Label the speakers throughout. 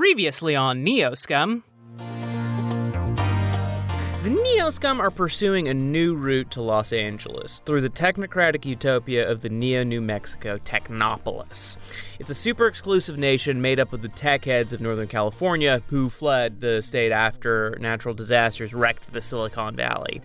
Speaker 1: Previously on Neo Scum. The Neo Scum are pursuing a new route to Los Angeles through the technocratic utopia of the Neo New Mexico Technopolis. It's a super exclusive nation made up of the tech heads of Northern California who fled the state after natural disasters wrecked the Silicon Valley.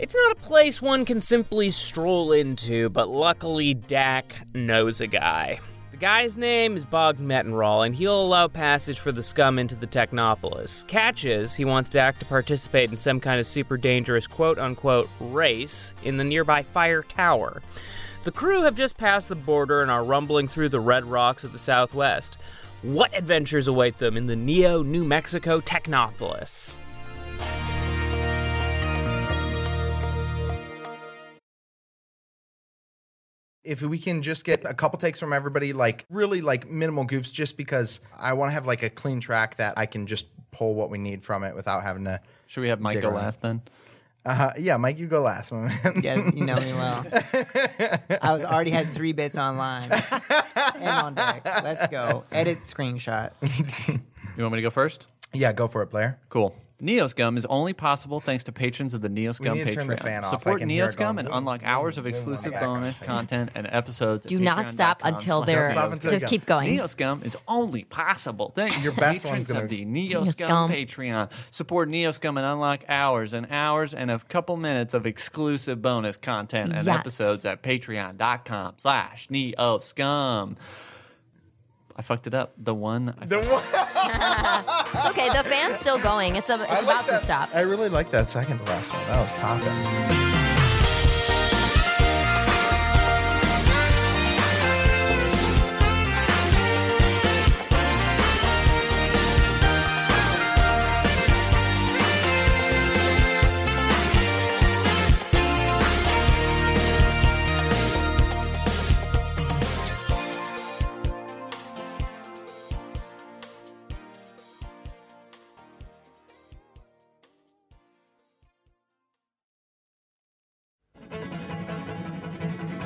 Speaker 1: It's not a place one can simply stroll into, but luckily Dak knows a guy. The guy's name is Bog Metenral, and he'll allow passage for the scum into the Technopolis. Catches, he wants Dak to participate in some kind of super dangerous quote unquote race in the nearby Fire Tower. The crew have just passed the border and are rumbling through the red rocks of the southwest. What adventures await them in the Neo New Mexico Technopolis?
Speaker 2: if we can just get a couple takes from everybody, like really like minimal goofs, just because I want to have like a clean track that I can just pull what we need from it without having to.
Speaker 3: Should we have Mike
Speaker 2: Dig
Speaker 3: go
Speaker 2: around.
Speaker 3: last then?
Speaker 2: Uh, yeah, Mike, you go last one.
Speaker 4: Yeah, you know me well. I was already had three bits online and on deck. Let's go. Edit screenshot.
Speaker 3: You want me to go first?
Speaker 2: yeah, go for it, Blair.
Speaker 3: Cool. Neoscum is only possible thanks to patrons of the Neoscum
Speaker 2: need
Speaker 3: Patreon.
Speaker 2: to turn the fan off. I
Speaker 3: Support
Speaker 2: can hear it
Speaker 3: Neoscum
Speaker 2: going,
Speaker 3: and
Speaker 2: "Boom,
Speaker 3: unlock
Speaker 2: boom,
Speaker 3: hours of
Speaker 2: boom," on the
Speaker 3: exclusive
Speaker 2: background.
Speaker 3: bonus content and episodes. at
Speaker 5: Do not stop
Speaker 3: patreon.com
Speaker 5: until
Speaker 3: slash
Speaker 5: they're.
Speaker 2: Don't stop until you
Speaker 5: Just
Speaker 2: go.
Speaker 5: keep going.
Speaker 3: Neoscum is only possible thanks
Speaker 2: Your
Speaker 3: to
Speaker 2: best
Speaker 3: patrons
Speaker 2: one's gonna-
Speaker 3: of the Neoscum
Speaker 5: Neoscum.
Speaker 3: Patreon. Support Neoscum and unlock hours and hours and a couple minutes of exclusive bonus content and
Speaker 5: Yes.
Speaker 3: episodes at patreon.com slash Neoscum. I fucked it up. The one I fucked-
Speaker 5: It's okay, the fan's still going. It's, a, it's
Speaker 2: I like
Speaker 5: about
Speaker 2: that-
Speaker 5: to stop.
Speaker 2: I really like that second to last one. That was popping.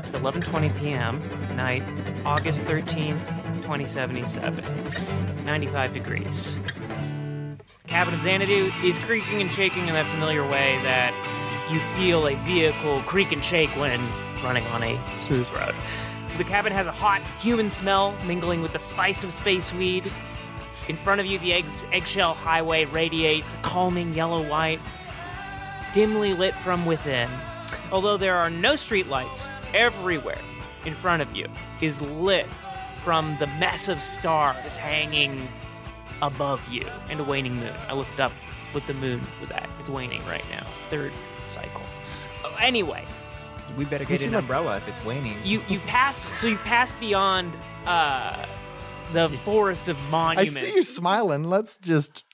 Speaker 1: It's 11:20 p.m. night, August 13th, 2077. 95 degrees. The cabin of Xanadu is creaking and shaking in that familiar way that you feel a vehicle creak and shake when running on a smooth road. The cabin has a hot human smell mingling with the spice of space weed. In front of you, the eggs, eggshell highway radiates a calming yellow light dimly lit from within. Although there are no streetlights, everywhere in front of you is lit from the mess of stars hanging above you and a waning moon. I looked up what the moon was at. It's waning right now, third cycle. Oh, anyway,
Speaker 6: We better
Speaker 2: We
Speaker 6: get
Speaker 2: should
Speaker 6: an
Speaker 2: have-
Speaker 6: umbrella if it's waning.
Speaker 1: you you passed, so you passed beyond uh, the forest of
Speaker 7: I
Speaker 1: monuments.
Speaker 7: see you smiling. Let's just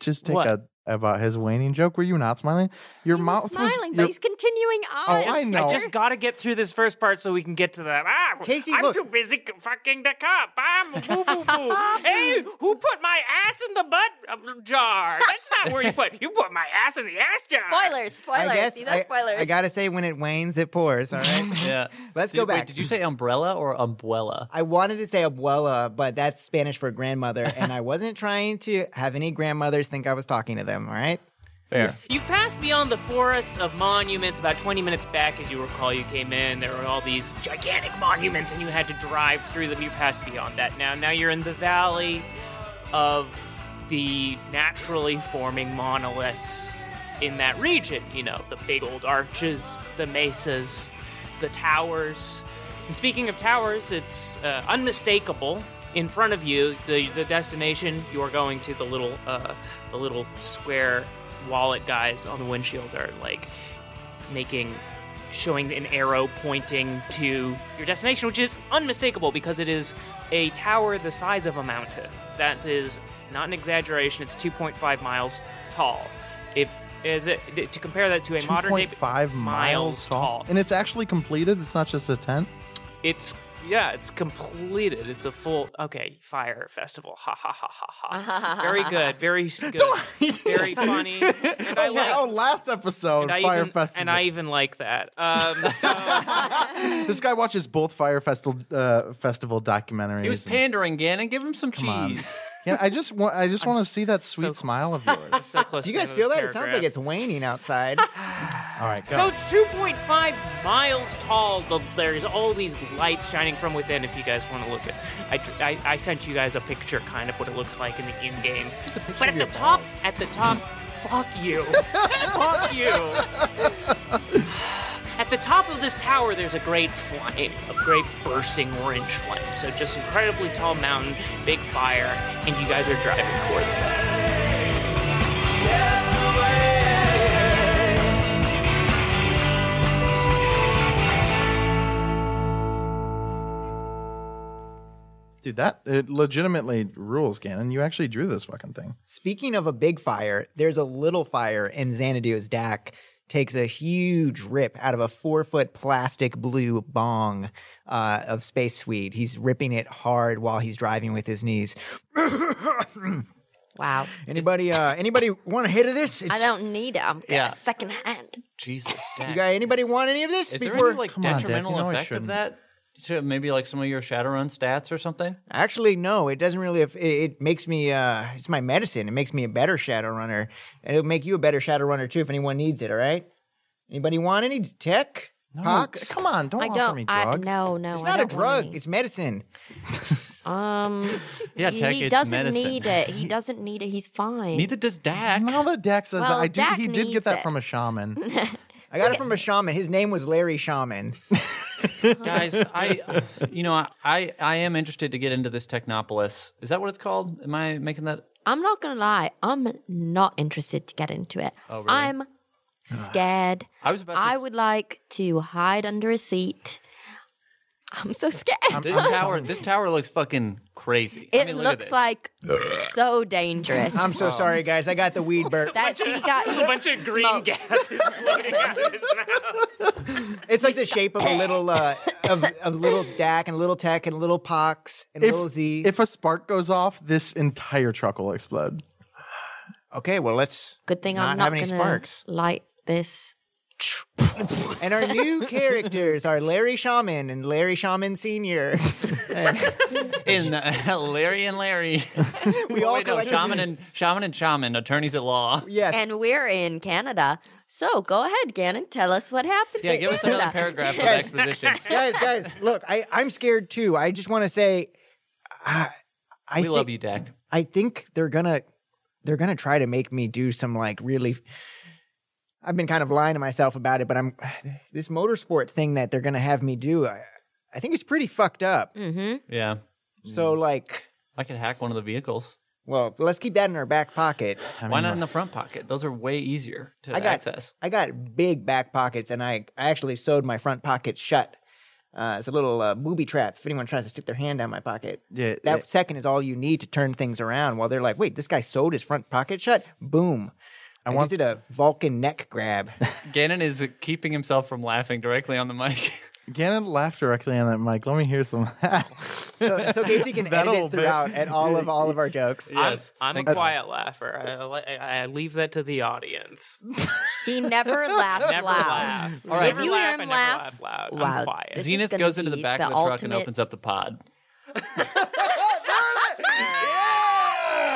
Speaker 7: just take
Speaker 1: What?
Speaker 7: a about his waning joke. Were you not smiling? Your
Speaker 5: He was
Speaker 7: mouth was.
Speaker 5: smiling,
Speaker 7: your-
Speaker 5: but he's continuing
Speaker 7: Oh,
Speaker 5: on.
Speaker 7: I
Speaker 1: Just-
Speaker 7: know.
Speaker 1: just got to get through this first part so we can get to that. Ah,
Speaker 6: Casey,
Speaker 1: I'm
Speaker 6: look.
Speaker 1: too busy c- fucking the cop. I'm woo woo woo. hey, who put my ass in the butt uh, jar? That's not where you put. You put my ass in the ass jar.
Speaker 5: Spoilers, spoilers.
Speaker 4: I guess
Speaker 5: These are
Speaker 4: I,
Speaker 5: spoilers.
Speaker 4: I gotta say, when it wanes, it pours. All right.
Speaker 3: Yeah.
Speaker 4: Let's
Speaker 3: Did-
Speaker 4: go
Speaker 3: wait,
Speaker 4: back.
Speaker 3: did you say umbrella or umbrella?
Speaker 4: I wanted to say abuela, but that's Spanish for grandmother, and I wasn't trying to have any grandmothers think I was talking to them. All right.
Speaker 3: Fair.
Speaker 1: You passed beyond the forest of monuments about 20 minutes back, as you recall. You came in, there were all these gigantic monuments, and you had to drive through them. You passed beyond that now. Now you're in the valley of the naturally forming monoliths in that region. You know, the big old arches, the mesas, the towers. And speaking of towers, it's uh, unmistakable. In front of you, the the destination you are going to, the little uh, the little square wallet guys on the windshield are like making showing an arrow pointing to your destination which is unmistakable because it is a tower the size of a mountain that is not an exaggeration it's 2.5 miles tall if is it to compare that to a modern day
Speaker 7: 2.5 miles tall. And it's actually completed. It's not just a tent.
Speaker 1: it's yeah, it's completed. It's a full okay fire festival. Ha ha ha ha ha. Very good. Very s- good. very funny. And I like.
Speaker 7: oh, last episode,
Speaker 1: and I,
Speaker 7: Fire
Speaker 1: even,
Speaker 7: Festival.
Speaker 1: and I even like that. Um, so,
Speaker 7: this guy watches both Fire Festival uh, festival documentaries.
Speaker 3: He was
Speaker 7: and-
Speaker 3: pandering, Gannon. Give him some cheese.
Speaker 7: Can, I just want I just want to see that sweet
Speaker 1: so-
Speaker 7: smile of yours.
Speaker 1: So close.
Speaker 4: Ah, Do you
Speaker 1: to
Speaker 4: guys
Speaker 1: those
Speaker 4: feel that? It sounds
Speaker 1: paragraphs.
Speaker 4: like it's waning outside.
Speaker 7: All right, go.
Speaker 1: So 2.5 miles tall. The, there's all these lights shining from within. If you guys want to look at, I, dr- I, I sent you guys a picture, kind of what it looks like in the in game. But at the top, at the top, fuck you, fuck you. At the top of this tower, there's a great flame, a great bursting orange flame. So just incredibly tall mountain, big fire, and you guys are driving towards that.
Speaker 7: Dude, that it legitimately rules, Gannon. You actually drew this fucking thing.
Speaker 4: Speaking of a big fire, there's a little fire in Xanadu as Dak takes a huge rip out of a four foot plastic blue bong uh, of space sweet. He's ripping it hard while he's driving with his knees.
Speaker 5: Wow.
Speaker 4: Anybody, uh, anybody want a hit of this?
Speaker 5: I don't need it. I'm got
Speaker 3: Yeah.
Speaker 5: a second hand.
Speaker 3: Jesus.
Speaker 4: You
Speaker 3: Dak.
Speaker 4: got anybody want any of this
Speaker 3: Is there
Speaker 4: before?
Speaker 3: any like
Speaker 7: on, Dak, you
Speaker 3: detrimental
Speaker 7: know I
Speaker 3: effect of
Speaker 7: shouldn't.
Speaker 3: that? To maybe like some of your Shadowrun stats or something?
Speaker 4: Actually, no. It doesn't really. It, it makes me. Uh, it's my medicine. It makes me a better shadow runner. And It'll make you a better shadow runner too if anyone needs it. All right. Anybody want any tech?
Speaker 7: No,
Speaker 4: Pox?
Speaker 7: come on, don't
Speaker 5: I
Speaker 7: offer me
Speaker 5: don't. I,
Speaker 7: drugs.
Speaker 5: no, no.
Speaker 4: It's
Speaker 5: I
Speaker 4: not a
Speaker 5: don't want
Speaker 4: drug.
Speaker 5: any.
Speaker 4: It's medicine.
Speaker 5: um.
Speaker 3: Yeah,
Speaker 5: he-
Speaker 3: Tech,
Speaker 5: he
Speaker 3: it's
Speaker 5: doesn't
Speaker 3: medicine.
Speaker 5: need it. He doesn't need it. He's fine.
Speaker 3: Neither does Dak.
Speaker 7: Now that Dak says
Speaker 5: Well,
Speaker 7: that, I do.
Speaker 5: Dak
Speaker 7: he did
Speaker 5: needs
Speaker 7: get that
Speaker 5: it.
Speaker 7: from a shaman.
Speaker 4: I got it from a shaman. His name was Larry Shaman.
Speaker 3: Guys, I you know, I I am interested to get into this Technopolis. Is that what it's called? Am I making that
Speaker 5: I'm not gonna lie. I'm not interested to get into it.
Speaker 3: Oh, really?
Speaker 5: I'm scared.
Speaker 3: I was about to
Speaker 5: I
Speaker 3: s-
Speaker 5: would like to hide under a seat. I'm so scared.
Speaker 3: This tower this tower looks fucking crazy. I
Speaker 5: it
Speaker 3: mean, look at
Speaker 5: looks
Speaker 3: this.
Speaker 5: like so dangerous.
Speaker 4: I'm
Speaker 3: Oh.
Speaker 4: so sorry, guys. I got the weed burp.
Speaker 5: That's he got he
Speaker 1: A bunch of green
Speaker 5: smoked.
Speaker 1: gases floating out of his mouth.
Speaker 4: It's like the shape of a little uh, of, of little Dak and little Tech and little Pox and little
Speaker 7: if,
Speaker 4: Z.
Speaker 7: if a spark goes off, this entire truck will explode.
Speaker 4: okay, well let's.
Speaker 5: Good thing
Speaker 4: Not
Speaker 5: I'm not
Speaker 4: have any
Speaker 5: gonna
Speaker 4: sparks.
Speaker 5: light this.
Speaker 4: And our new characters are Larry Shaman and Larry Shaman Senior.
Speaker 3: in uh, Larry and Larry.
Speaker 4: We all
Speaker 3: Wait, no,
Speaker 4: collectively-
Speaker 3: shaman and shaman and shaman, attorneys at law.
Speaker 4: Yes,
Speaker 5: And we're in Canada. So go ahead, Gannon. Tell us what happened.
Speaker 3: Yeah,
Speaker 5: in
Speaker 3: give us
Speaker 5: Canada.
Speaker 3: another paragraph of
Speaker 4: Yes.
Speaker 3: exposition.
Speaker 4: guys, guys, look, I, I'm scared too. I just want to say, uh, I, I
Speaker 3: We
Speaker 4: thi-
Speaker 3: love you, Dak.
Speaker 4: I think they're gonna, they're gonna try to make me do some like really. I've been kind of lying to myself about it, but I'm this motorsport thing that they're gonna have me do. I, I think it's pretty fucked up.
Speaker 3: Yeah.
Speaker 4: So like,
Speaker 3: I could hack one of the vehicles.
Speaker 4: well, let's keep that in our back pocket. I
Speaker 3: Why
Speaker 4: mean,
Speaker 3: not in the front pocket? Those are way easier to
Speaker 4: I got
Speaker 3: access.
Speaker 4: I got big back pockets, and I I actually sewed my front pocket shut. Uh, it's a little uh, booby trap. If anyone tries to stick their hand down my pocket,
Speaker 7: Yeah,
Speaker 4: that
Speaker 7: yeah.
Speaker 4: second is all you need to turn things around. While they're like, "Wait, this guy sewed his front pocket shut." Boom! I,
Speaker 7: want-
Speaker 4: just did a Vulcan neck grab.
Speaker 3: Gannon is keeping himself from laughing directly on the mic.
Speaker 7: Gannon laughed directly on that mic. Let me hear some of that.
Speaker 4: so, so Casey can edit
Speaker 7: That'll
Speaker 4: it throughout at all of all of our jokes.
Speaker 3: yes.
Speaker 1: I'm
Speaker 3: Thank
Speaker 1: a
Speaker 3: you.
Speaker 1: quiet laugher. I, li- I, I leave that to the audience.
Speaker 5: He never laughs
Speaker 1: Never
Speaker 5: loud.
Speaker 1: laugh.
Speaker 5: If
Speaker 1: Never
Speaker 5: you
Speaker 1: laugh,
Speaker 5: hear
Speaker 1: I
Speaker 5: him
Speaker 1: never
Speaker 5: laugh,
Speaker 1: laugh loud. I'm
Speaker 5: wow,
Speaker 1: quiet.
Speaker 5: this is
Speaker 3: Zenith
Speaker 5: gonna
Speaker 3: goes into the
Speaker 5: be
Speaker 3: back
Speaker 5: the
Speaker 3: of the truck and
Speaker 5: ultimate-
Speaker 3: opens up the pod.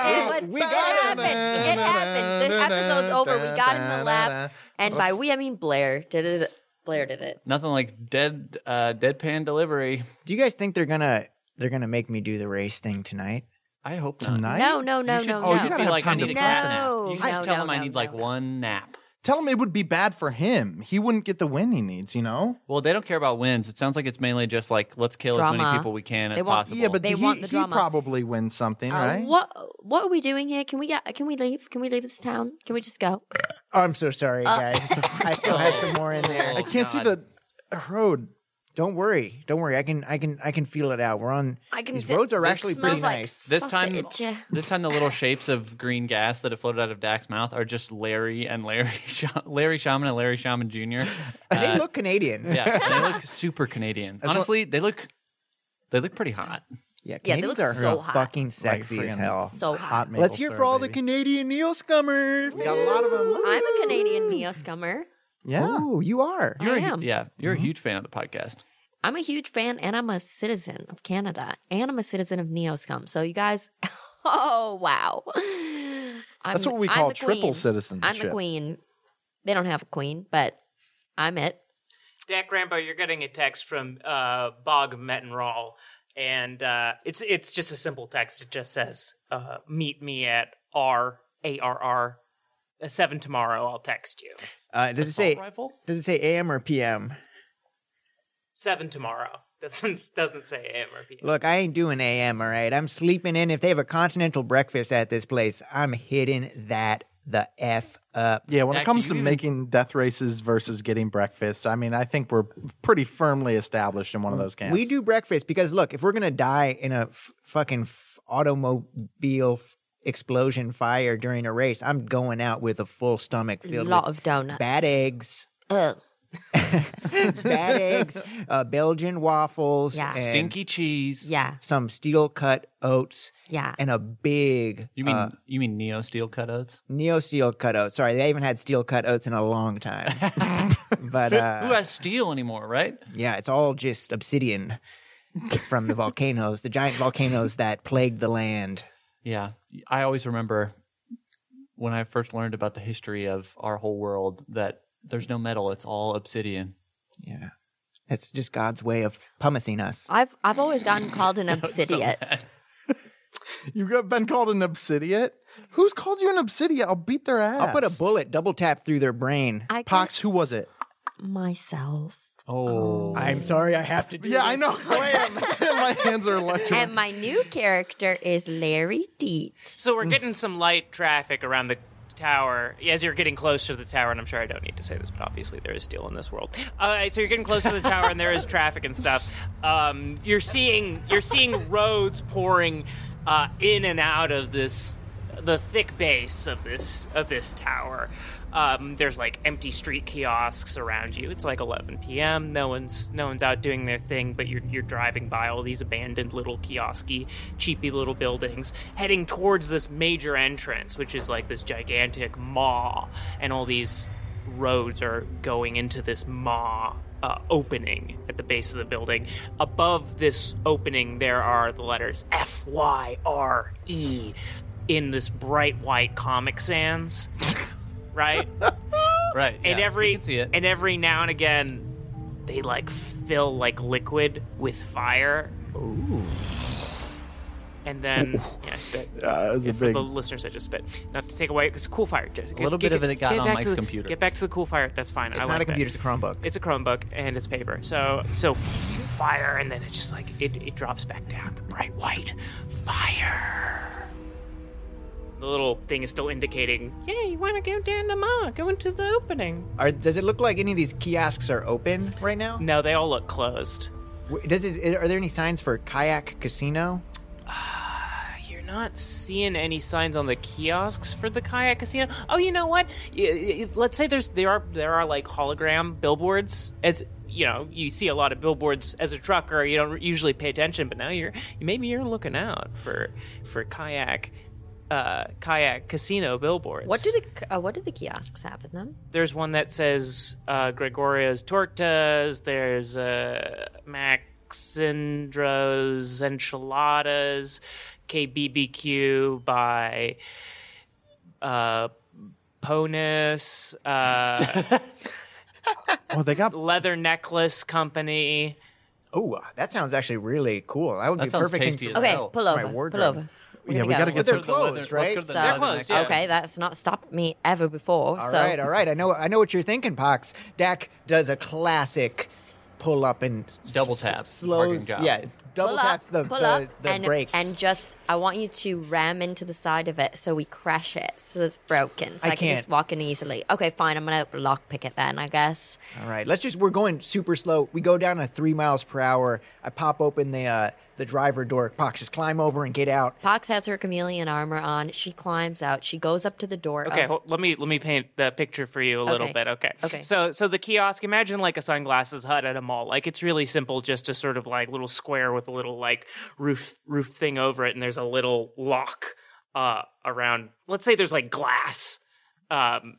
Speaker 5: It was,
Speaker 4: We
Speaker 5: we
Speaker 4: got
Speaker 5: got it happened. It happened. The episode's over. We got him to laugh, and by we I mean Blair did it. Blair did it.
Speaker 3: Nothing like dead uh, deadpan delivery.
Speaker 4: Do you guys think they're gonna they're gonna make me do the race thing tonight?
Speaker 3: I hope not.
Speaker 7: Tonight?
Speaker 5: No, no, no,
Speaker 3: You should,
Speaker 5: no,
Speaker 7: oh,
Speaker 5: no.
Speaker 7: you
Speaker 3: should
Speaker 7: gotta
Speaker 3: be
Speaker 7: have
Speaker 3: like, I
Speaker 7: time to
Speaker 3: need a
Speaker 7: prep
Speaker 3: nap nap.
Speaker 5: No,
Speaker 3: You should just
Speaker 5: no,
Speaker 3: tell
Speaker 5: no,
Speaker 3: him I
Speaker 5: no,
Speaker 3: need like
Speaker 5: no.
Speaker 3: one nap.
Speaker 7: Tell him it would be bad for him. He wouldn't get the win he needs, you know?
Speaker 3: Well, they don't care about wins. It sounds like it's mainly just like let's kill as many
Speaker 5: Drama.
Speaker 3: people we can
Speaker 5: They
Speaker 3: as
Speaker 5: want-
Speaker 3: possible.
Speaker 7: Yeah, but
Speaker 5: They
Speaker 7: he,
Speaker 5: want the
Speaker 7: he
Speaker 5: drama.
Speaker 7: probably wins something,
Speaker 5: Uh,
Speaker 7: right?
Speaker 5: What What are we doing here? Can we get? Can we leave? Can we leave this town? Can we just go?
Speaker 4: Oh, I'm so sorry, guys. I still had some more in there.
Speaker 3: Oh,
Speaker 7: I can't see
Speaker 3: God.
Speaker 7: the road.
Speaker 4: Don't worry, don't worry. I can I can I can feel it out. We're on.
Speaker 5: I can.
Speaker 4: These
Speaker 5: sit-
Speaker 4: roads are
Speaker 5: this
Speaker 4: actually pretty
Speaker 5: smells like
Speaker 4: nice.
Speaker 3: This time,
Speaker 5: sausage.
Speaker 3: this time the little shapes of green gas that have floated out of Dak's mouth are just Larry and Larry, Sha- Larry Shaman and Larry Shaman Jr.
Speaker 4: They
Speaker 3: Uh,
Speaker 4: look Canadian.
Speaker 3: yeah, they look super Canadian. Honestly, they look they look pretty hot.
Speaker 4: yeah.
Speaker 5: Yeah, they
Speaker 4: Canadians
Speaker 5: look
Speaker 4: are
Speaker 5: so
Speaker 4: real
Speaker 5: hot.
Speaker 4: fucking sexy
Speaker 7: Like
Speaker 4: as
Speaker 7: friggin'
Speaker 4: hell.
Speaker 5: So hot.
Speaker 7: Hot maple
Speaker 4: Let's hear
Speaker 7: syrup,
Speaker 4: for all the
Speaker 7: baby.
Speaker 4: Canadian Neil Scummers. We got a lot of them.
Speaker 5: I'm a Canadian neo scummer.
Speaker 7: Yeah.
Speaker 4: Oh, you are.
Speaker 5: I
Speaker 3: You're a hu-
Speaker 5: am.
Speaker 3: yeah, you're
Speaker 4: mm-hmm.
Speaker 3: a huge fan of the podcast.
Speaker 5: I'm a huge fan, and I'm a citizen of Canada, and I'm a citizen of neo scum. So you guys, Oh wow. I'm,
Speaker 7: That's what we
Speaker 5: I'm
Speaker 7: call
Speaker 5: the
Speaker 7: triple
Speaker 5: queen.
Speaker 7: citizenship.
Speaker 5: I'm the queen. They don't have a queen, but I'm it.
Speaker 1: Dak Rambo, you're getting a text from uh, Bog Mettenrahl, and uh, it's it's just a simple text. It just says, uh, "Meet me at R A R R uh, seven tomorrow. I'll text you
Speaker 4: Uh, does it say
Speaker 3: Rifle?
Speaker 4: does it say AM or PM?
Speaker 1: seven tomorrow." Doesn't doesn't say AM or PM.
Speaker 4: Look, I ain't doing AM, all right? I'm sleeping in. If they have a continental breakfast at this place, I'm hitting that the F up.
Speaker 7: Yeah, when
Speaker 3: Dak,
Speaker 7: it
Speaker 3: do
Speaker 7: comes to
Speaker 3: you even-
Speaker 7: making death races versus getting breakfast, I mean, I think we're pretty firmly established in one of those camps.
Speaker 4: We do breakfast because, look, if we're going to die in a f- fucking f- automobile f- explosion fire during a race, I'm going out with a full stomach
Speaker 5: A
Speaker 4: filled
Speaker 5: lot
Speaker 4: with
Speaker 5: of donuts.
Speaker 4: bad eggs.
Speaker 5: Ugh.
Speaker 4: bad eggs, uh, Belgian waffles,
Speaker 5: Yeah.
Speaker 4: and
Speaker 3: Stinky cheese.
Speaker 5: Yeah.
Speaker 4: some steel cut oats,
Speaker 5: Yeah.
Speaker 4: and a big
Speaker 3: You mean
Speaker 4: uh,
Speaker 3: you mean neo steel cut oats?
Speaker 4: neo steel cut oats. Sorry, they haven't had steel cut oats in a long time. but
Speaker 3: Who
Speaker 4: uh,
Speaker 3: has steel anymore? Right?
Speaker 4: yeah, it's all just obsidian from the volcanoes, the giant volcanoes that plague the land.
Speaker 3: Yeah. I always remember when I first learned about the history of our whole world that there's no metal; it's all obsidian.
Speaker 4: Yeah, that's just God's way of pumicing us.
Speaker 5: I've I've always gotten called an obsidian.
Speaker 7: You got been called an obsidiate? Who's called you an obsidiate? I'll beat their ass.
Speaker 4: I'll put a bullet double tap through their brain.
Speaker 5: I got
Speaker 7: Pox, who was it?
Speaker 5: myself
Speaker 3: Oh,
Speaker 4: I'm sorry, I have to do.
Speaker 7: Yeah, I know. My hands are electric.
Speaker 5: and my new character is Larry Deet.
Speaker 1: So we're getting some light traffic around the tower as you're getting close to the tower and i'm sure i don't need to say this but obviously there is steel in this world uh, so you're getting close to the tower and there is traffic and stuff um, you're seeing you're seeing roads pouring uh, in and out of this the thick base of this of this tower um, there's like empty street kiosks around you it's like 11 p.m no one's no one's out doing their thing but you're, you're driving by all these abandoned little kiosky cheapy little buildings heading towards this major entrance which is like this gigantic maw and all these roads are going into this maw uh, opening at the base of the building. Above this opening, there are the letters F Y R E in this bright white Comic Sans, right?
Speaker 3: right.
Speaker 1: and
Speaker 3: yeah,
Speaker 1: every
Speaker 3: you can see it.
Speaker 1: and every now and again, they like fill like liquid with fire. Ooh. And then yeah, I spit.
Speaker 7: Uh, it was a
Speaker 1: For
Speaker 7: big.
Speaker 1: the listeners, I just spit. Not to take away, it's cool fire. Just get-
Speaker 3: little bit
Speaker 1: get-
Speaker 3: of it got
Speaker 1: get
Speaker 3: on
Speaker 1: back
Speaker 3: Mike's
Speaker 1: to the-
Speaker 3: computer.
Speaker 1: Get back to the cool fire. That's fine. I
Speaker 4: It's
Speaker 1: like
Speaker 4: not a
Speaker 1: that
Speaker 4: computer; it's a Chromebook.
Speaker 1: it's a Chromebook and it's paper. So so fire and then it's just like it, it drops back down the bright white fire. The little thing is still indicating, yeah, you want to go down the mall, go into the opening.
Speaker 4: Are, does it look like any of these kiosks are open right now?
Speaker 1: No, they all look closed.
Speaker 4: W- Does it, are there any signs for kayak casino?
Speaker 1: You're not seeing any signs on the kiosks for the kayak casino. Oh, you know what? Y- y- Let's say there's there are there are like hologram billboards. As you know, you see a lot of billboards as a trucker. You don't usually pay attention, but now you're maybe you're looking out for for kayak uh kayak casino billboards.
Speaker 5: What do the uh, what do the kiosks have in them?
Speaker 1: There's one that says uh Gregorio's tortas. There's uh Maxindro's enchiladas. KBBQ by uh, Ponus, uh,
Speaker 7: oh, they got.
Speaker 1: Leather Necklace Company.
Speaker 4: Oh, uh, that sounds actually really cool. That would
Speaker 3: That
Speaker 4: be
Speaker 3: sounds
Speaker 4: perfect. thing
Speaker 3: tasty
Speaker 4: for-
Speaker 3: as
Speaker 5: Okay,
Speaker 3: hell.
Speaker 5: pull
Speaker 4: Oh, My
Speaker 5: over.
Speaker 4: wardrobe.
Speaker 5: Pull over. We're
Speaker 7: Yeah,
Speaker 5: gonna
Speaker 7: we got to
Speaker 4: Well,
Speaker 7: get
Speaker 4: they're
Speaker 7: to.
Speaker 4: closed, right?
Speaker 5: So
Speaker 1: closed, yeah.
Speaker 5: okay, that's not stopped me ever before.
Speaker 4: All
Speaker 5: so
Speaker 4: right, all right. I know, I know what you're thinking, Pox. Dak does a classic pull up and s-
Speaker 3: Double tap,
Speaker 4: slows.
Speaker 3: bargain job.
Speaker 4: Yeah, double
Speaker 5: pull up,
Speaker 4: taps the
Speaker 5: pull
Speaker 4: the,
Speaker 5: up,
Speaker 4: the
Speaker 5: and,
Speaker 4: brakes.
Speaker 5: and just I want you to ram into the side of it so we crash it so it's broken. So
Speaker 4: I
Speaker 5: I, can just
Speaker 4: can't.
Speaker 5: walk in easily. Okay, fine. I'm gonna lock pick it then. I guess.
Speaker 4: all right, let's just. We're going super slow. We go down to three miles per hour. I pop open the uh, the driver door. Pox just climb over and get out.
Speaker 5: Pox has her chameleon armor on. She climbs out. She goes up to the door.
Speaker 1: Okay,
Speaker 5: of-
Speaker 1: hold, let me let me paint the picture for you a little
Speaker 5: Okay.
Speaker 1: bit. Okay.
Speaker 5: Okay.
Speaker 1: So so the kiosk, imagine like a sunglasses hut at a mall. Like it's really simple, just a sort of like little square with a little like roof roof thing over it, and there's a little lock uh around. Let's say there's like glass. Um,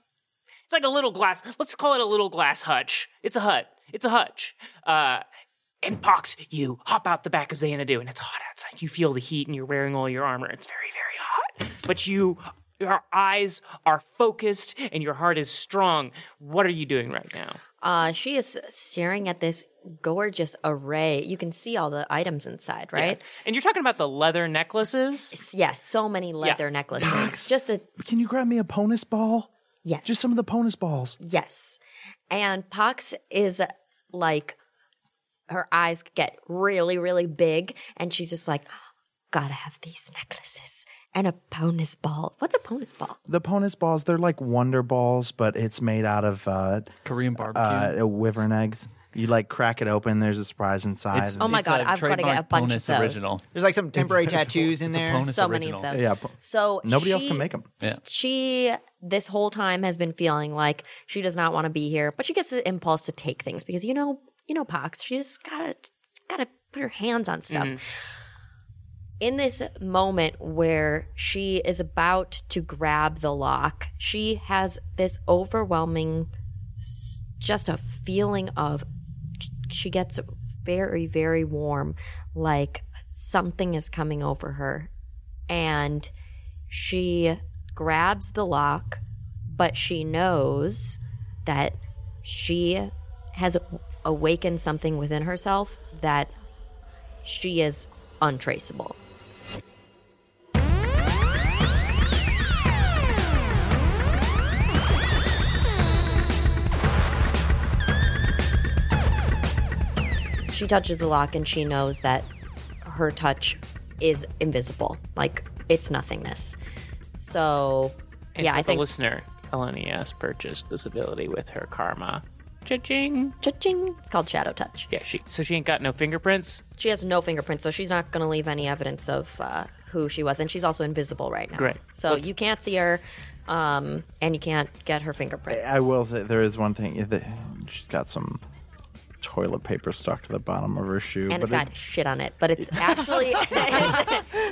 Speaker 1: it's like a little glass. Let's call it a little glass hutch. It's a hut. It's a hutch. Uh, and Pox, you hop out the back of Xanadu, and it's hot outside. You feel the heat, and you're wearing all your armor. It's very, very hot. But you, your eyes are focused, and your heart is strong. What are you doing right now?
Speaker 5: Uh, she is staring at this gorgeous array. You can see all the items inside, right?
Speaker 1: And you're talking about the leather necklaces.
Speaker 5: S- Yes, so many leather necklaces. Just a
Speaker 7: Can you grab me a ponus ball?
Speaker 5: yes.
Speaker 7: Just some of the ponus balls.
Speaker 5: Yes. And Pox is like, her eyes get really, really big, and she's just like, gotta have these necklaces and a bonus ball. What's a bonus ball?
Speaker 7: The ponus balls, they're like wonder balls, but it's made out of uh,
Speaker 3: Korean barbecue.
Speaker 7: uh, wyvern eggs. You like crack it open, there's a surprise inside.
Speaker 3: It's-
Speaker 5: Oh my
Speaker 3: it's
Speaker 5: God,
Speaker 3: a
Speaker 5: I've gotta get a
Speaker 3: trademark
Speaker 5: bunch of
Speaker 3: Ponus
Speaker 5: those.
Speaker 3: Original.
Speaker 4: There's like some temporary tattoos in
Speaker 3: it's a
Speaker 4: there.
Speaker 3: Ponus
Speaker 5: So
Speaker 3: original.
Speaker 5: many of those.
Speaker 7: Yeah, po-
Speaker 5: So
Speaker 2: Nobody else
Speaker 5: she-
Speaker 2: can make them.
Speaker 3: Yeah.
Speaker 5: She this whole time has been feeling like she does not want to be here, but she gets the impulse to take things because you know, you know, Pox. She just gotta gotta put her hands on stuff. In this moment where she is about to grab the lock, she has this overwhelming, s- just a feeling of she gets very, very warm, like something is coming over her. And she grabs the lock, but she knows that she has awakened something within herself that she is untraceable. She touches the lock and she knows that her touch is invisible. Like it's nothingness. So,
Speaker 1: And
Speaker 5: yeah,
Speaker 1: for
Speaker 5: I
Speaker 1: the
Speaker 5: think
Speaker 1: listener LNES purchased this ability with her karma. Cha-ching.
Speaker 5: cha-ching, it's called shadow touch.
Speaker 1: Yeah, she. So she ain't got no fingerprints.
Speaker 5: She has no fingerprints, so she's not going to leave any evidence of uh, who she was, and she's also invisible right now.
Speaker 1: Great.
Speaker 5: So you can't see her, um, and you can't get her fingerprints.
Speaker 7: I will say there is one thing. that- She's got some toilet paper stuck to the bottom of her shoe.
Speaker 5: and it's
Speaker 7: but it-
Speaker 5: got shit on it, but it's actually,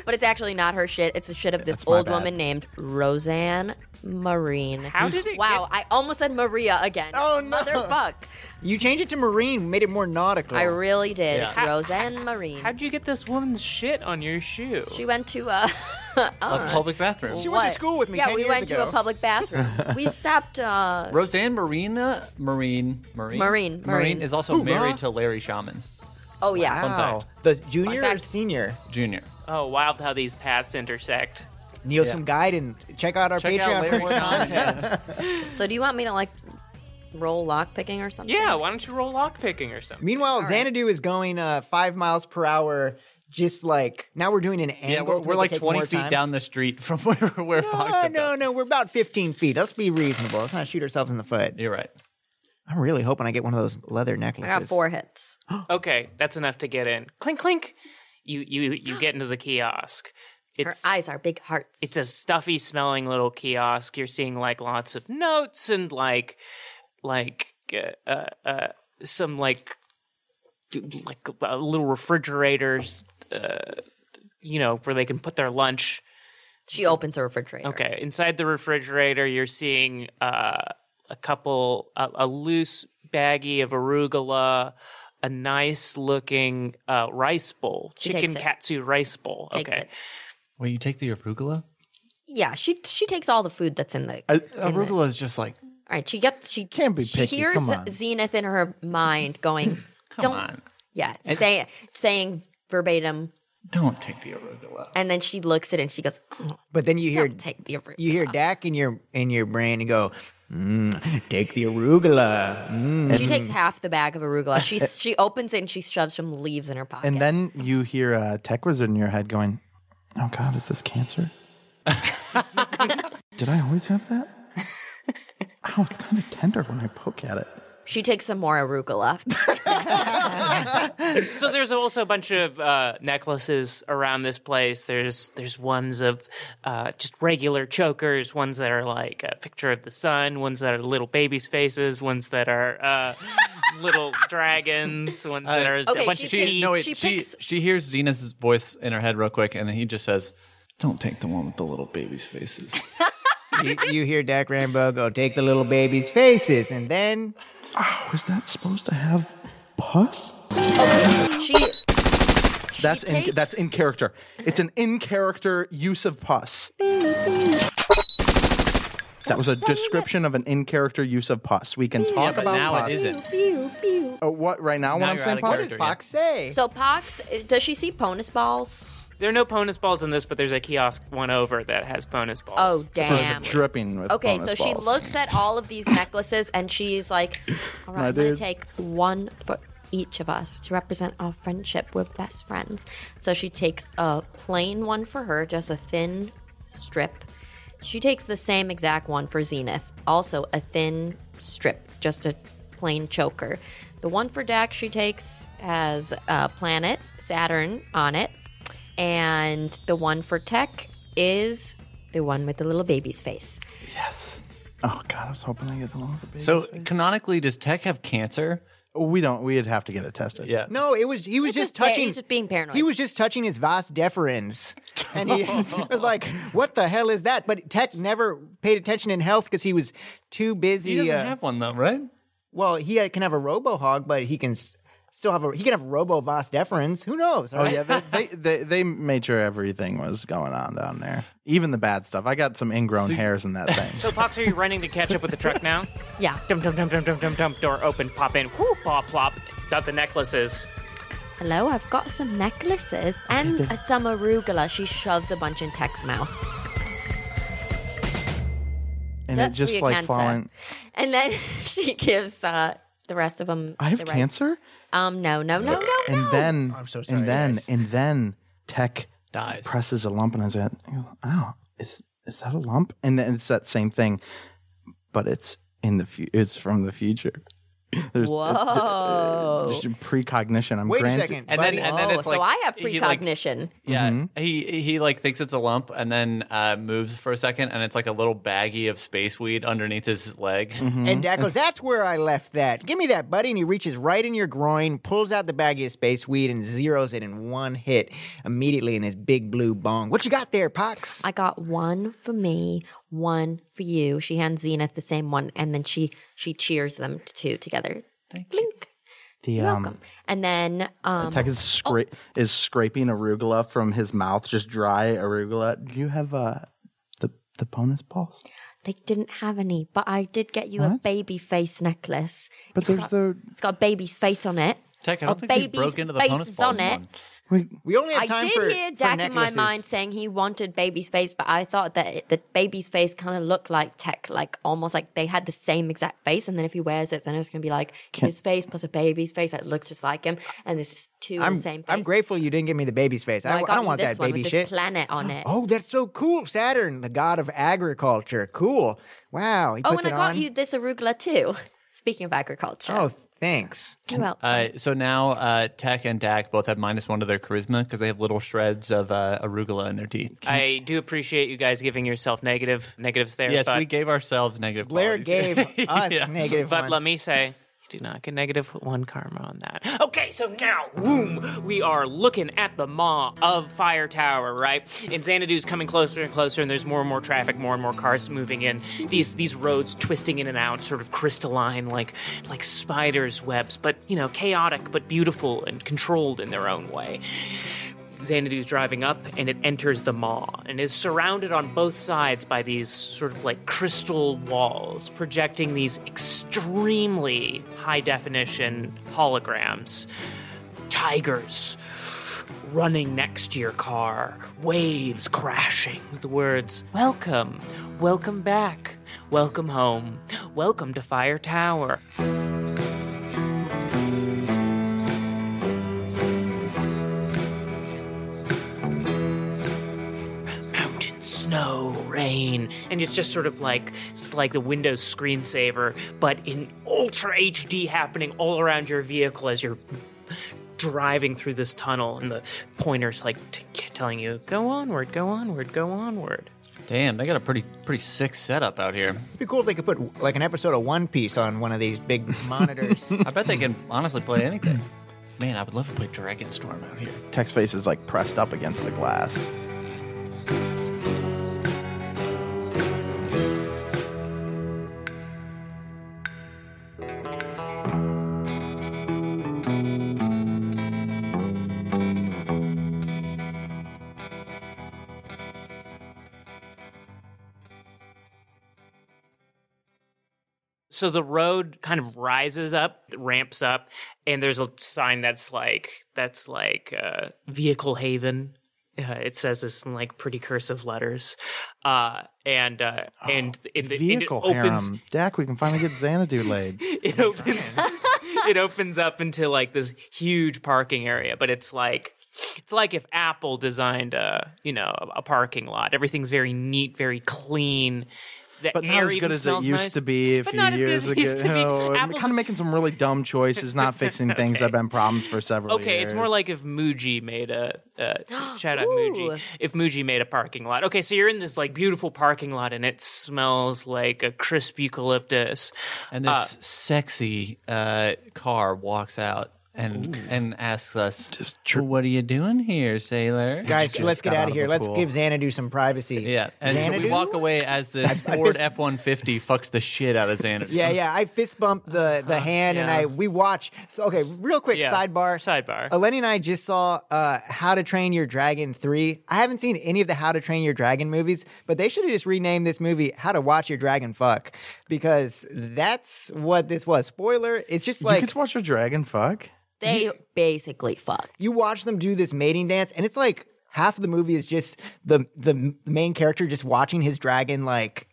Speaker 5: but it's actually not her shit. It's the shit of this
Speaker 7: my
Speaker 5: old
Speaker 7: bad.
Speaker 5: woman named Roseanne Marine.
Speaker 1: How did it
Speaker 5: Wow, I almost said Maria again. Oh no, motherfuck!
Speaker 4: You change it to marine, made it more nautical.
Speaker 5: I really did. It's
Speaker 1: How-
Speaker 5: Roseanne Marine.
Speaker 1: How'd you get this woman's shit on your shoe?
Speaker 5: she went to uh,
Speaker 3: A public bathroom.
Speaker 4: went to school with me
Speaker 5: Yeah,
Speaker 4: 10
Speaker 5: we
Speaker 4: years
Speaker 5: went to
Speaker 4: ago.
Speaker 5: a public bathroom. we stopped. Uh,
Speaker 3: Roseanne Marina Marine Marine
Speaker 5: Marine, Marine.
Speaker 3: Marine is also married to Larry Shaman
Speaker 5: oh yeah.
Speaker 4: Wow. The junior
Speaker 5: Fun
Speaker 4: or
Speaker 5: fact.
Speaker 4: senior?
Speaker 3: Jr.
Speaker 1: Oh, wild how these paths intersect.
Speaker 4: Neil's from Gaiden. Check out our
Speaker 3: Check out
Speaker 4: Patreon for
Speaker 3: Larry
Speaker 4: more
Speaker 3: Shaman.
Speaker 4: content.
Speaker 5: So do you want me to like roll lock picking or something?
Speaker 1: Yeah, why don't you roll lock picking or something?
Speaker 4: Meanwhile, Xanadu is going uh, five miles per hour. Just like now, we're doing an angle.
Speaker 3: Yeah, we're,
Speaker 4: to
Speaker 3: we're
Speaker 4: make it
Speaker 3: like
Speaker 4: take
Speaker 3: 20
Speaker 4: more
Speaker 3: feet
Speaker 4: time.
Speaker 3: down the street from where where Fox
Speaker 4: No,
Speaker 3: took
Speaker 4: no,
Speaker 3: us.
Speaker 4: no. We're about 15 feet. Let's be reasonable. Let's not shoot ourselves in the foot.
Speaker 3: You're right.
Speaker 4: I'm really hoping I get one of those leather
Speaker 5: I
Speaker 4: necklaces.
Speaker 5: got four hits.
Speaker 1: Okay, that's enough to get in. Clink clink. You you you get into the kiosk.
Speaker 5: Her
Speaker 1: It's
Speaker 5: eyes are big hearts.
Speaker 1: it's a stuffy smelling little kiosk. You're seeing like lots of notes and like like uh, uh, uh some like like uh, little refrigerators uh you know where they can put their lunch.
Speaker 5: she opens her refrigerator.
Speaker 1: Okay, inside the refrigerator, you're seeing uh, a couple, a, a loose baggie of arugula, a nice looking uh, rice bowl,
Speaker 5: She
Speaker 1: chicken
Speaker 5: takes it.
Speaker 1: katsu rice bowl.
Speaker 5: Takes
Speaker 1: okay,
Speaker 5: it.
Speaker 3: Wait, you take the arugula?
Speaker 5: Yeah, she she takes all the food that's in the.
Speaker 3: Uh, Arugula is just like
Speaker 5: all right, she gets she
Speaker 7: Can't be
Speaker 5: She
Speaker 7: picky,
Speaker 5: hears
Speaker 7: come on.
Speaker 5: Zenith in her mind going,
Speaker 3: come
Speaker 5: "Don't
Speaker 3: on,
Speaker 5: yeah," say saying verbatim,
Speaker 3: don't take the arugula.
Speaker 5: and then she looks at it and she goes, oh,
Speaker 4: But then you hear
Speaker 5: "Don't take the
Speaker 4: you hear Dak in your in your brain and go, mm, take the arugula. Mm.
Speaker 5: She takes half the bag of arugula. She she opens it and she shoves some leaves in her pocket.
Speaker 7: and then you hear a tech wizard in your head going, "Oh God, is this cancer? Did I always have that? Ow, it's kind of tender when I poke at it.
Speaker 5: she takes some more arugula.
Speaker 1: so there's also a bunch of uh, necklaces around this place. There's there's ones of uh, just regular chokers, ones that are like a picture of the sun, ones that are little babies' faces, ones that are uh, little dragons, ones that are
Speaker 5: okay,
Speaker 1: a bunch
Speaker 5: she
Speaker 1: of
Speaker 5: did-
Speaker 1: teeth.
Speaker 3: no, wait,
Speaker 5: She
Speaker 3: she,
Speaker 5: picks-
Speaker 3: she hears Zena's voice in her head real quick, and he just says, "Don't take the one with the little baby's faces."
Speaker 4: you, you hear Dak Rambo go, take the little baby's faces, and then
Speaker 7: Oh, is that supposed to have pus?
Speaker 5: She. she
Speaker 2: That's in,
Speaker 5: takes-
Speaker 2: that's in character. It's an in character use of pus. That was a description of an in character use of pus. We can
Speaker 3: Yeah,
Speaker 2: talk
Speaker 3: but
Speaker 2: about
Speaker 3: now
Speaker 2: pus.
Speaker 3: it isn't.
Speaker 2: Uh, what right now?
Speaker 3: Now
Speaker 2: when I'm
Speaker 3: you're
Speaker 2: saying
Speaker 3: out of
Speaker 2: pus,
Speaker 3: character.
Speaker 4: Fox say.
Speaker 5: So Pox, does she see bonus balls?
Speaker 1: There are no bonus balls in this, but there's a kiosk one over that has bonus
Speaker 5: Oh
Speaker 1: balls.
Speaker 5: damn.
Speaker 2: it's dripping with.
Speaker 5: Okay,
Speaker 2: bonus
Speaker 5: so she
Speaker 2: balls.
Speaker 5: looks at all of these necklaces and she's like, "All right,
Speaker 7: My
Speaker 5: I'm gonna
Speaker 7: dude.
Speaker 5: take one for each of us to represent our friendship. We're best friends." So she takes a plain one for her, just a thin strip. She takes the same exact one for Zenith, also a thin strip, just a plain choker. The one for Dak she takes has a planet Saturn on it, and the one for Tech is the one with the little baby's face.
Speaker 2: Oh god, I was hoping I get the one. with the
Speaker 3: So canonically, does Tech have cancer?
Speaker 2: baby. We don't. We'd have to get it tested.
Speaker 3: Yeah.
Speaker 4: No, it was he was
Speaker 5: He's
Speaker 4: just
Speaker 5: par-
Speaker 4: touching.
Speaker 5: He's just being paranoid.
Speaker 4: He was just touching his vas deferens, and he was like, "What the hell is that?" But Tech never paid attention in health because he was too busy.
Speaker 3: He doesn't
Speaker 4: uh,
Speaker 3: have one though, right?
Speaker 4: well, he uh, can have a robo hog, but he can s- still have a he can have robo vas deferens. Who knows?
Speaker 2: Oh yeah, they, they they they made sure everything was going on down there, even the bad stuff. I got some ingrown hairs in that thing.
Speaker 1: So Pox, are you running to catch up with the truck now?
Speaker 5: yeah.
Speaker 1: Dum dum dum dum dum dum dum. Door open. Pop in. Whoo! Paw plop. Got the necklaces.
Speaker 5: Hello, I've got some necklaces and uh, some arugula. She shoves a bunch in Tech's mouth.
Speaker 2: and it
Speaker 5: That's
Speaker 2: just
Speaker 5: for your
Speaker 2: like
Speaker 5: cancer.
Speaker 2: falling.
Speaker 5: And then she gives uh, the rest of them.
Speaker 2: I have cancer.
Speaker 5: Um, no, no, no, no,
Speaker 2: And
Speaker 5: no.
Speaker 2: then,
Speaker 4: so sorry,
Speaker 2: and then,
Speaker 4: guys.
Speaker 2: and then, Tech
Speaker 3: Dies.
Speaker 2: presses a lump in his head. He goes, "Ow, is is that a lump?" And then it's that same thing, but it's in the fu- it's from the future. There's uh,
Speaker 5: Whoa.
Speaker 2: just precognition. I'm
Speaker 4: Wait
Speaker 2: granted-
Speaker 4: a second,
Speaker 3: And
Speaker 4: buddy.
Speaker 3: then, and then
Speaker 5: oh,
Speaker 3: it's
Speaker 5: so
Speaker 3: like-
Speaker 5: I have
Speaker 3: he, like-
Speaker 5: precognition.
Speaker 3: Yeah, he he like thinks it's a lump and then uh, moves for a second and it's like a little baggie of space weed underneath his leg.
Speaker 4: And Dak goes, That's where I left that. Give me that, buddy. And he reaches right in your groin, pulls out the baggie of space weed, and zeroes it in one hit immediately in his big blue bong. What you got there, Pox?
Speaker 5: I got one for me, one for you. She hands Zenith the same one, and then she she cheers them two together. Thank Blink.
Speaker 2: The
Speaker 5: You're
Speaker 2: um,
Speaker 5: welcome. And then um,
Speaker 2: Tech is scra- is scraping arugula from his mouth, just dry arugula. Do you have uh the the bonus balls?
Speaker 5: they didn't have any, but I did get you a baby face necklace.
Speaker 2: But
Speaker 5: It's
Speaker 2: there's
Speaker 5: got-
Speaker 2: the
Speaker 5: It's got a baby's face on it.
Speaker 3: Tech, I
Speaker 5: A
Speaker 3: don't think you
Speaker 5: baby's
Speaker 3: broke into the
Speaker 5: face
Speaker 3: bonus
Speaker 5: is
Speaker 3: balls
Speaker 5: on it.
Speaker 3: one.
Speaker 4: We only have
Speaker 5: I
Speaker 4: time
Speaker 5: did
Speaker 4: for,
Speaker 5: hear
Speaker 4: for
Speaker 5: Dak in my
Speaker 4: necklaces.
Speaker 5: mind saying he wanted baby's face, but I thought that it, the baby's face kind of looked like tech, like almost like they had the same exact face. And then if he wears it, then it's going to be like his face plus a baby's face that looks just like him. And there's just two of
Speaker 4: I'm,
Speaker 5: the same face.
Speaker 4: I'm grateful you didn't give me the baby's face.
Speaker 5: And
Speaker 4: I, I
Speaker 5: got
Speaker 4: don't
Speaker 5: you
Speaker 4: want
Speaker 5: this
Speaker 4: that
Speaker 5: one
Speaker 4: baby
Speaker 5: with
Speaker 4: shit.
Speaker 5: This planet on it.
Speaker 4: Oh, that's so cool. Saturn, the god of agriculture. Cool. Wow. He
Speaker 5: Oh,
Speaker 4: puts
Speaker 5: and I
Speaker 4: it
Speaker 5: got
Speaker 4: on.
Speaker 5: you this arugula too. Speaking of agriculture.
Speaker 4: Oh, thanks.
Speaker 5: You're welcome.
Speaker 3: Uh, so now uh, Tech and Dak both have minus one to their charisma because they have little shreds of uh, arugula in their teeth.
Speaker 1: I do appreciate you guys giving yourself negative negatives there.
Speaker 3: yes,
Speaker 1: but,
Speaker 3: we gave ourselves negative.
Speaker 4: Blair
Speaker 3: qualities.
Speaker 4: gave us negative
Speaker 1: but
Speaker 4: ones.
Speaker 1: let me say. you Do not get negative one karma on that. Okay, so now, whoom, we are looking at the Maw of Fire Tower, right? And Xanadu's coming closer and closer, and there's more and more traffic, more and more cars moving in. These these roads twisting in and out, sort of crystalline, like like spiders' webs, but you know, chaotic, but beautiful and controlled in their own way. Xanadu's driving up and it enters the maw and is surrounded on both sides by these sort of like crystal walls projecting these extremely high definition holograms. Tigers running next to your car, waves crashing with the words, Welcome, welcome back, welcome home, welcome to Fire Tower. mountain snow rain and it's just sort of like it's like the windows screensaver but in ultra hd happening all around your vehicle as you're driving through this tunnel and the pointers like t- t- telling you go onward go onward go onward
Speaker 3: Damn, they got a pretty pretty sick setup out here.
Speaker 4: It'd be cool if they could put like an episode of One Piece on one of these big monitors.
Speaker 3: I bet they can honestly play anything. Man, I would love to play Dragon Storm out here.
Speaker 2: Tech's face is like pressed up against the glass.
Speaker 1: So the road kind of rises up, ramps up, and there's a sign that's like that's like uh, vehicle haven. Uh, it says this in like pretty cursive letters, uh, and uh, and, it, and it
Speaker 7: Oh, Vehicle
Speaker 1: opens
Speaker 7: harem. Dak, we can finally get Xanadu laid.
Speaker 1: it opens it opens up into like this huge parking area but it's like it's like if apple designed a you know a parking lot everything's very neat very clean the
Speaker 7: But
Speaker 1: air
Speaker 7: not as
Speaker 1: even
Speaker 7: good as it
Speaker 1: smells
Speaker 7: used
Speaker 1: nice.
Speaker 7: to be a
Speaker 1: But
Speaker 7: few
Speaker 1: not as good
Speaker 7: years
Speaker 1: as it used to be.
Speaker 7: ago. and
Speaker 1: Apple's-
Speaker 7: kind of making some really dumb choices, not fixing things that have been problems for several years.
Speaker 1: okay it's more like if muji made a uh, shout out muji
Speaker 5: Ooh.
Speaker 1: if muji made a parking lot okay so you're in this like beautiful parking lot and it smells like a crisp eucalyptus
Speaker 3: And this sexy uh, car walks out and and asks us, "Well, "What are you doing here, sailor?"
Speaker 4: Guys, let's get
Speaker 7: got
Speaker 4: out
Speaker 7: out
Speaker 4: of
Speaker 7: of
Speaker 4: here.
Speaker 7: the
Speaker 4: Let's
Speaker 7: pool.
Speaker 4: give Xanadu some privacy.
Speaker 3: Yeah, and so we
Speaker 4: Xanadu?
Speaker 3: walk away as this Ford F one fifty fucks the shit out of Xanadu.
Speaker 4: Yeah, yeah. I fist bump the the hand, and
Speaker 1: yeah.
Speaker 4: I we watch. So, okay, real quick
Speaker 1: Yeah.
Speaker 4: sidebar.
Speaker 1: Sidebar.
Speaker 4: Eleni and I just saw uh, How to Train Your Dragon three. I haven't seen any of the How to Train Your Dragon movies, but they should have just renamed this movie How to Watch Your Dragon Fuck because that's what this was. Spoiler: It's just
Speaker 7: you
Speaker 4: like
Speaker 7: get to watch a dragon fuck.
Speaker 5: They basically fuck.
Speaker 4: you watch them do this mating dance and it's like half of the movie is just the the main character just watching his dragon like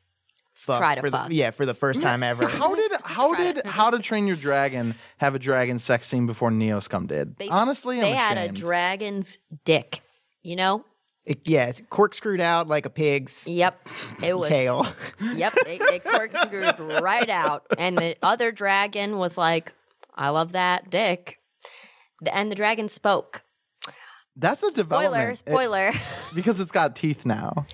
Speaker 4: fuck
Speaker 5: Try to
Speaker 4: for the-
Speaker 5: fuck.
Speaker 4: yeah for the first time ever
Speaker 7: How did how did How to Train Your Dragon have a dragon sex scene before Neoscum did?
Speaker 5: They,
Speaker 7: Honestly,
Speaker 5: they
Speaker 7: I'm
Speaker 5: had a
Speaker 7: ashamed.
Speaker 5: dragon's dick. You know?
Speaker 4: it, yeah it's corkscrewed out like a pig's
Speaker 5: Yep. It was.
Speaker 4: tail
Speaker 5: Yep. It, it corkscrewed right out, and the other dragon was like, "I love that dick," and the dragon spoke.
Speaker 7: That's a
Speaker 5: Spoiler!
Speaker 7: development. It-
Speaker 5: Spoiler!
Speaker 7: because it's got teeth now.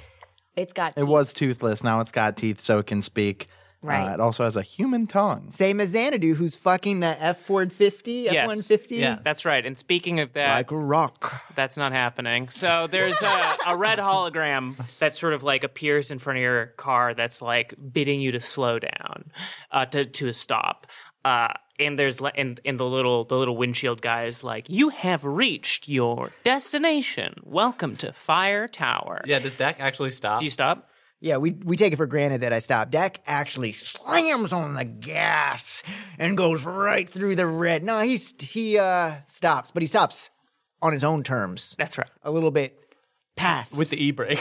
Speaker 5: It, has got
Speaker 7: It was toothless. Now it's got teeth, so it can speak. Uh,
Speaker 5: Right.
Speaker 7: it also has a human tongue.
Speaker 4: same as Xanadu who's fucking the F four fifty F one fifty
Speaker 3: yeah.
Speaker 1: that's right and speaking of that
Speaker 4: like a rock
Speaker 1: That's not happening. So there's a, a red hologram that sort of like appears in front of your car that's like bidding you to slow down, uh, to to a stop. Uh, and there's li- and and the little the little windshield guy is like, you have reached your destination. Welcome to Fire Tower.
Speaker 3: yeah. Does Dak actually stop?
Speaker 1: Do you stop?
Speaker 4: yeah we we take it for granted that I stopped Dak actually slams on the gas and goes right through the red no he st- he uh stops but he stops on his own terms
Speaker 1: That's right.
Speaker 4: a little bit past
Speaker 3: with the e brake?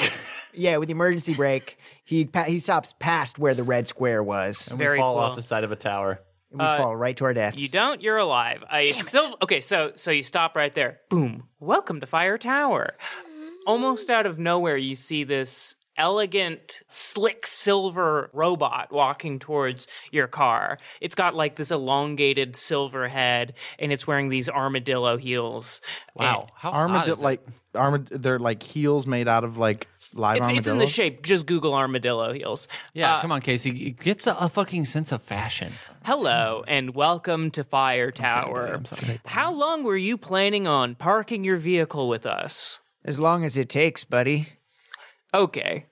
Speaker 4: yeah with the emergency brake he pa- he stops past where the red square was
Speaker 3: we
Speaker 1: Very
Speaker 3: fall
Speaker 1: cool.
Speaker 3: off the side of a tower.
Speaker 4: we fall right to our death
Speaker 1: Uh, You don't. You're alive. I still okay. So so you stop right there. Boom. Welcome to Fire Tower. Almost out of nowhere, you see this elegant, slick silver robot walking towards your car. It's got like this elongated silver head, and it's wearing these armadillo heels.
Speaker 3: Wow, how hot
Speaker 7: Armadillo,
Speaker 3: is it?
Speaker 7: like armad, they're like heels made out of like live
Speaker 1: It's,
Speaker 7: armadillos.
Speaker 1: it's in the shape. Just Google armadillo heels. Uh,
Speaker 3: yeah. come on, Casey, it gets a, a fucking sense of fashion.
Speaker 1: Hello and welcome to Fire Tower. How long were you planning on parking your vehicle with us?
Speaker 4: as long as it takes buddy
Speaker 1: okay.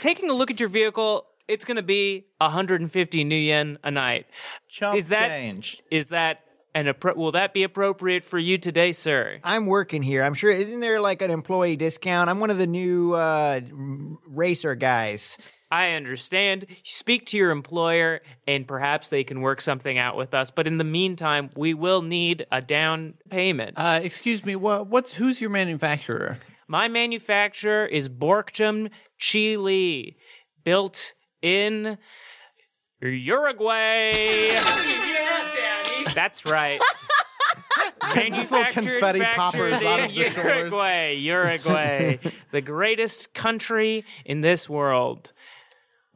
Speaker 1: Taking a look at your vehicle, it's going to be 150 new yen a night.
Speaker 7: Chump
Speaker 1: Is that-
Speaker 7: change.
Speaker 1: Is that an appro- will that be appropriate for you today, sir?
Speaker 4: i'm working here i'm sure isn't there like an employee discount i'm one of the new uh racer guys
Speaker 1: I understand. Speak to your employer and perhaps they can work something out with us, but in the meantime, we will need a down payment.
Speaker 3: Uh, excuse me, what, what's who's your manufacturer?
Speaker 1: My manufacturer is Borkchum Chile, built in Uruguay. That's right.
Speaker 7: Just little
Speaker 1: Manufactured
Speaker 7: confetti
Speaker 1: factories
Speaker 7: poppers out of
Speaker 1: in
Speaker 7: the shores.
Speaker 1: Uruguay, Uruguay, the greatest country in this world.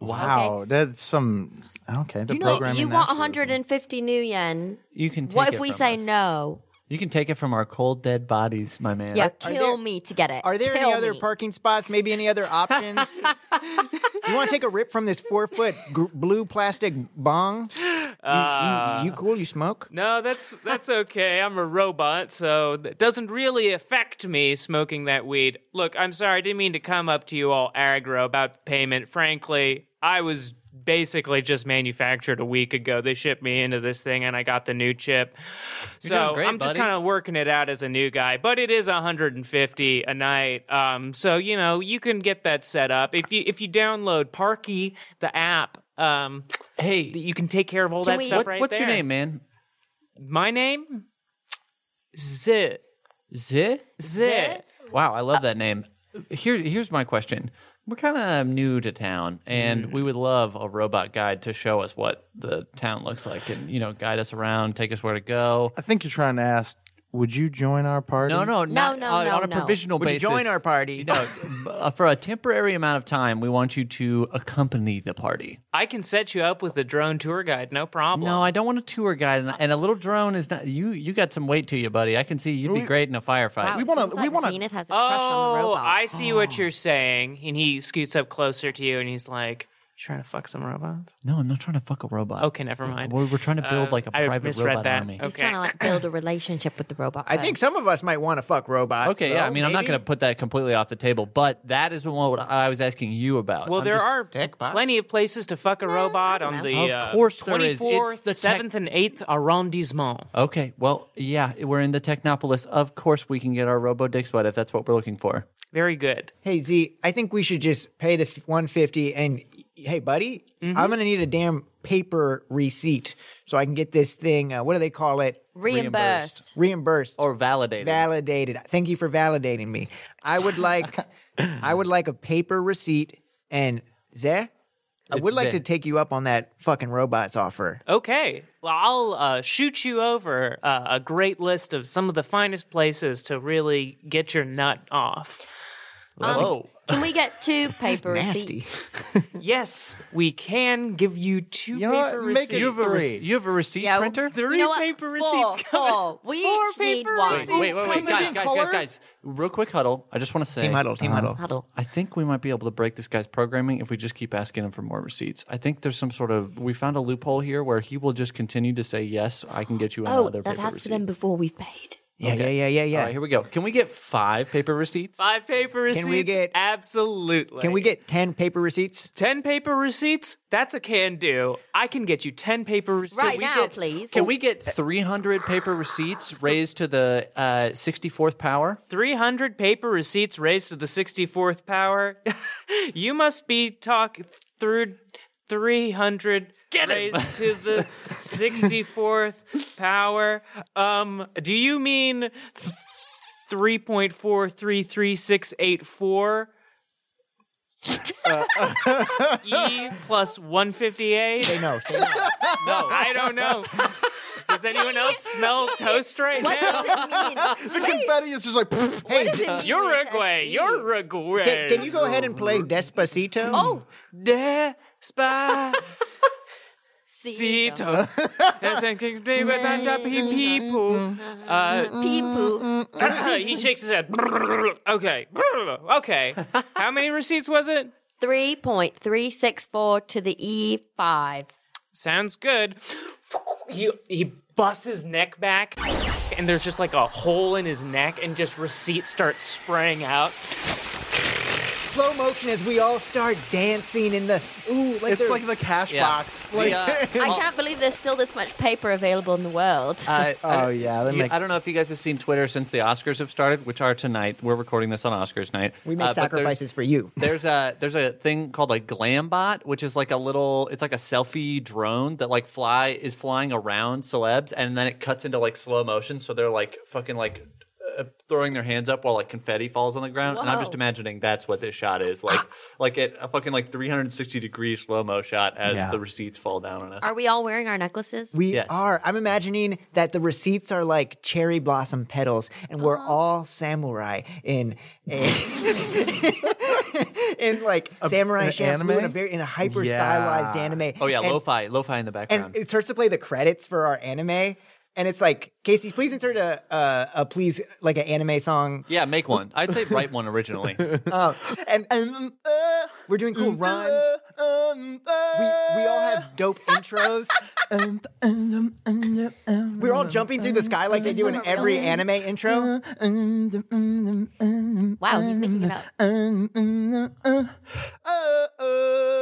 Speaker 7: Wow, that's some okay. The
Speaker 5: You know,
Speaker 7: programming.
Speaker 5: you want
Speaker 7: afterwards.
Speaker 5: 150 new yen.
Speaker 3: You can take
Speaker 5: What
Speaker 3: it
Speaker 5: if we
Speaker 3: from
Speaker 5: say
Speaker 3: us.
Speaker 5: no?
Speaker 3: You can take it from our cold dead bodies, my man.
Speaker 5: Yeah, kill
Speaker 4: there-
Speaker 5: me to get it.
Speaker 4: are there
Speaker 5: kill
Speaker 4: any other
Speaker 5: me.
Speaker 4: parking spots maybe any other options you want to take a rip from this four foot gr- blue plastic bong You-
Speaker 3: Uh,
Speaker 4: you, you cool you smoke
Speaker 1: No, that's that's okay. I'm a robot, so it doesn't really affect me smoking that weed. Look, I'm sorry, I didn't mean to come up to you all aggro about payment. Frankly, I was basically just manufactured a week ago. They shipped me into this thing and I got the new chip. so
Speaker 3: doing great,
Speaker 1: I'm just
Speaker 3: buddy.
Speaker 1: kind of working it out as a new guy, but it is 150 a night. Um so you know, you can get that set up. If you if you download Parky the app Um,
Speaker 3: Hey,
Speaker 1: that you can take care of all
Speaker 5: Can
Speaker 1: that
Speaker 5: we-
Speaker 1: stuff
Speaker 5: What-
Speaker 1: right
Speaker 3: what's your
Speaker 1: there.
Speaker 3: name, man?
Speaker 1: My name? Z.
Speaker 3: Z.
Speaker 1: Z.
Speaker 3: Wow, I love that name. Here, here's my question. We're kind of new to town,
Speaker 4: Mm.
Speaker 3: and we would love a robot guide to show us what the town looks like, and you know, guide us around, take us where to go.
Speaker 7: I think you're trying to ask, would you join our party?
Speaker 3: No, no, not,
Speaker 5: no,
Speaker 3: on,
Speaker 5: no,
Speaker 3: on a
Speaker 5: no.
Speaker 3: provisional
Speaker 4: Would you
Speaker 3: basis.
Speaker 4: join our party?
Speaker 3: No, uh, for a temporary amount of time, we want you to accompany the party.
Speaker 1: I can set you up with a drone tour guide, no problem.
Speaker 3: No, I don't want a tour guide, and, and a little drone is not. You, you got some weight to you, buddy. I can see you'd be great in a firefight.
Speaker 5: Wow,
Speaker 7: wanna-
Speaker 5: seems
Speaker 7: we
Speaker 5: like
Speaker 7: wanna-
Speaker 5: Zenith has a crush on the
Speaker 1: Oh,
Speaker 5: robot.
Speaker 1: I see what you're saying. And he scoots up closer to you and he's like, "You Trying to fuck some robots?
Speaker 3: No, I'm not trying to fuck a robot.
Speaker 1: Okay, never mind.
Speaker 3: We're, we're trying to build
Speaker 1: Uh,
Speaker 3: like a
Speaker 1: I
Speaker 3: private
Speaker 1: misread
Speaker 3: robot
Speaker 1: that.
Speaker 3: army.
Speaker 5: He's trying to like build a relationship with the robot.
Speaker 4: I think some of us might want to fuck robots.
Speaker 3: Okay, yeah. I mean, I'm not going to put that completely off the table, but that is what I was asking you about.
Speaker 1: Well,
Speaker 3: I'm
Speaker 1: there
Speaker 3: just-
Speaker 1: are plenty of places to fuck a robot
Speaker 5: don't
Speaker 1: on
Speaker 5: know.
Speaker 1: the
Speaker 3: Of
Speaker 1: uh,
Speaker 3: course there is. It's
Speaker 1: 24th,
Speaker 3: the tech-
Speaker 1: 7th, and 8th arrondissement.
Speaker 3: Okay, well, yeah, we're in the Technopolis. Of course, we can get our robo dicks wet if that's what we're looking for.
Speaker 1: Very good.
Speaker 4: Hey Z, I think we should just pay the f- 150 and hey buddy,
Speaker 3: Mm-hmm.
Speaker 4: I'm going to need a damn paper receipt so I can get this thing uh, what do they call it?
Speaker 5: reimbursed.
Speaker 4: reimbursed
Speaker 3: Or validated.
Speaker 4: validated. Thank you for validating me. I would like I would like a paper receipt and Zeh, I would
Speaker 3: It's
Speaker 4: like
Speaker 3: Zeh.
Speaker 4: to take you up on that fucking robots offer.
Speaker 1: Okay. Well, I'll uh, shoot you over uh, a great list of some of the finest places to really get your nut off.
Speaker 5: Um, Can we get two paper
Speaker 4: Nasty.
Speaker 5: receipts?
Speaker 1: Yes, we can give you two
Speaker 7: You know what?
Speaker 1: paper
Speaker 7: Make it
Speaker 1: receipts.
Speaker 3: you, have a
Speaker 7: three.
Speaker 3: rece- you have a receipt
Speaker 5: Yeah, well,
Speaker 3: printer?
Speaker 1: Three
Speaker 5: You know what?
Speaker 1: paper
Speaker 5: Four,
Speaker 1: receipts coming.
Speaker 5: four. We
Speaker 1: Four
Speaker 5: each need
Speaker 1: paper
Speaker 5: one.
Speaker 1: receipts
Speaker 3: Wait, wait, wait,
Speaker 1: coming.
Speaker 3: guys,
Speaker 7: in
Speaker 3: guys,
Speaker 7: color?
Speaker 3: guys, guys. Real quick huddle. I just want to say.
Speaker 4: Team huddle, team huddle.
Speaker 5: Huddle.
Speaker 3: I think we might be able to break this guy's programming if we just keep asking him for more receipts. I think there's some sort of we found a loophole here where he will just continue to say yes. I can get you
Speaker 5: Oh,
Speaker 3: another
Speaker 5: that's
Speaker 3: paper
Speaker 5: asked
Speaker 3: receipt.
Speaker 5: for them before we've paid.
Speaker 4: Yeah, yeah, yeah, yeah, yeah.
Speaker 3: All right, here we go. Can we get five paper receipts?
Speaker 1: Five paper receipts?
Speaker 4: Can we get-
Speaker 1: Absolutely.
Speaker 4: Can we get 10 paper receipts?
Speaker 1: 10 paper receipts? That's a can do. I can get you 10 paper receipts.
Speaker 5: Right now,
Speaker 3: get-
Speaker 5: please.
Speaker 3: Can we get 300 paper receipts raised to the uh, 64th power?
Speaker 1: 300 paper receipts raised to the 64th power. you must be talk through 300 raised to the 64th power. Um, do you mean th- 3.433684? Uh, e plus 158?
Speaker 4: No, say no.
Speaker 1: No, I don't know. Does anyone else smell toast right
Speaker 5: What
Speaker 1: now?
Speaker 5: does it mean?
Speaker 7: Confetti is just like,
Speaker 5: What does it mean?
Speaker 1: Uruguay,
Speaker 5: It says E.
Speaker 1: Uruguay.
Speaker 4: Can, can you go ahead and play Despacito?
Speaker 5: Oh,
Speaker 1: Despacito.
Speaker 5: see,
Speaker 1: That's a good day, but bad up he people. Uh,
Speaker 5: people.
Speaker 1: he shakes his head. Okay. Okay. How many receipts was it?
Speaker 5: Three point three six four to the E five.
Speaker 1: Sounds good. He, he busts his neck back, and there's just like a hole in his neck, and just receipts start spraying out.
Speaker 4: Slow motion as we all start dancing in the ooh, like
Speaker 7: it's
Speaker 4: they're-
Speaker 7: like the cash
Speaker 3: Yeah.
Speaker 7: box. Like,
Speaker 5: I can't believe there's still this much paper available in the world.
Speaker 3: Uh,
Speaker 7: oh, yeah. They
Speaker 3: You-
Speaker 7: make,
Speaker 3: I don't know if you guys have seen Twitter since the Oscars have started, which are tonight. We're recording this on Oscars night.
Speaker 4: we make
Speaker 3: Uh, but there's-
Speaker 4: sacrifices for you.
Speaker 3: There's a there's a thing called a glambot, which is like a little it's like a selfie drone that like fly is flying around celebs, and then it cuts into like slow motion, so they're like fucking like uh, throwing their hands up while like confetti falls on the ground. And I'm just
Speaker 5: Whoa.
Speaker 3: imagining that's what this shot is like, like it a fucking like 360 degree slow mo shot as the receipts fall down on us.
Speaker 5: Are we all wearing our necklaces?
Speaker 4: We
Speaker 3: Yes.
Speaker 4: are. I'm imagining that the receipts are like cherry blossom petals, and we're all samurai in a in like samurai
Speaker 7: an
Speaker 4: shampoo
Speaker 7: anime?
Speaker 4: in a very in a hyper
Speaker 7: Yeah.
Speaker 4: stylized anime.
Speaker 3: oh yeah,
Speaker 4: and,
Speaker 3: lo-fi, lo-fi in the background.
Speaker 4: and it starts to play the credits for our anime, and it's like Casey, please insert a a, a please like an anime song,
Speaker 3: yeah, make one. I'd say write one originally.
Speaker 4: and, and
Speaker 7: uh,
Speaker 4: we're doing
Speaker 2: Mm-hmm.
Speaker 4: cool runs. We, we all have dope intros. We're all jumping through the sky like they do in
Speaker 5: from a real
Speaker 4: every
Speaker 5: movie?
Speaker 4: anime
Speaker 2: Mm-hmm.
Speaker 4: intro.
Speaker 5: wow, he's making it up.
Speaker 4: All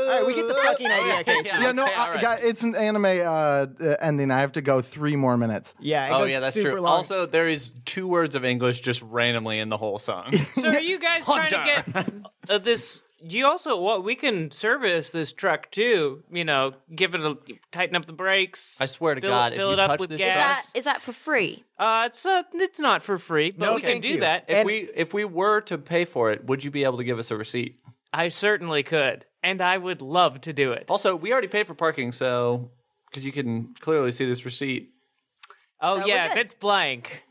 Speaker 4: right, we get the fucking idea. Casey.
Speaker 3: Yeah,
Speaker 7: Yeah, no,
Speaker 3: okay, all
Speaker 7: I,
Speaker 3: right.
Speaker 7: guy- it's an anime uh, uh, ending. I have to go three more minutes.
Speaker 4: Yeah. It
Speaker 3: Oh
Speaker 4: goes
Speaker 3: yeah, that's
Speaker 4: super
Speaker 3: true.
Speaker 4: Long.
Speaker 3: Also, there is two words of English just randomly in the whole song.
Speaker 1: So are you guys trying to get uh, this you also well, we can service this truck too. You know, give it a tighten up the brakes.
Speaker 3: I swear to
Speaker 1: fill,
Speaker 3: God, if
Speaker 1: fill
Speaker 3: you
Speaker 1: it up
Speaker 3: touch
Speaker 1: with
Speaker 3: this
Speaker 5: Is
Speaker 1: gas.
Speaker 5: that is that for free?
Speaker 1: uh, it's uh, it's not for free, but we can
Speaker 2: thank
Speaker 1: do
Speaker 2: you.
Speaker 1: that.
Speaker 3: If we if we were to pay for it, would you be able to give us a receipt?
Speaker 1: I certainly could, and I would love to do it.
Speaker 3: Also, we already paid for parking, so because you can clearly see this receipt.
Speaker 1: Oh
Speaker 5: So
Speaker 1: yeah,
Speaker 5: we're
Speaker 1: if
Speaker 5: good.
Speaker 1: it's blank.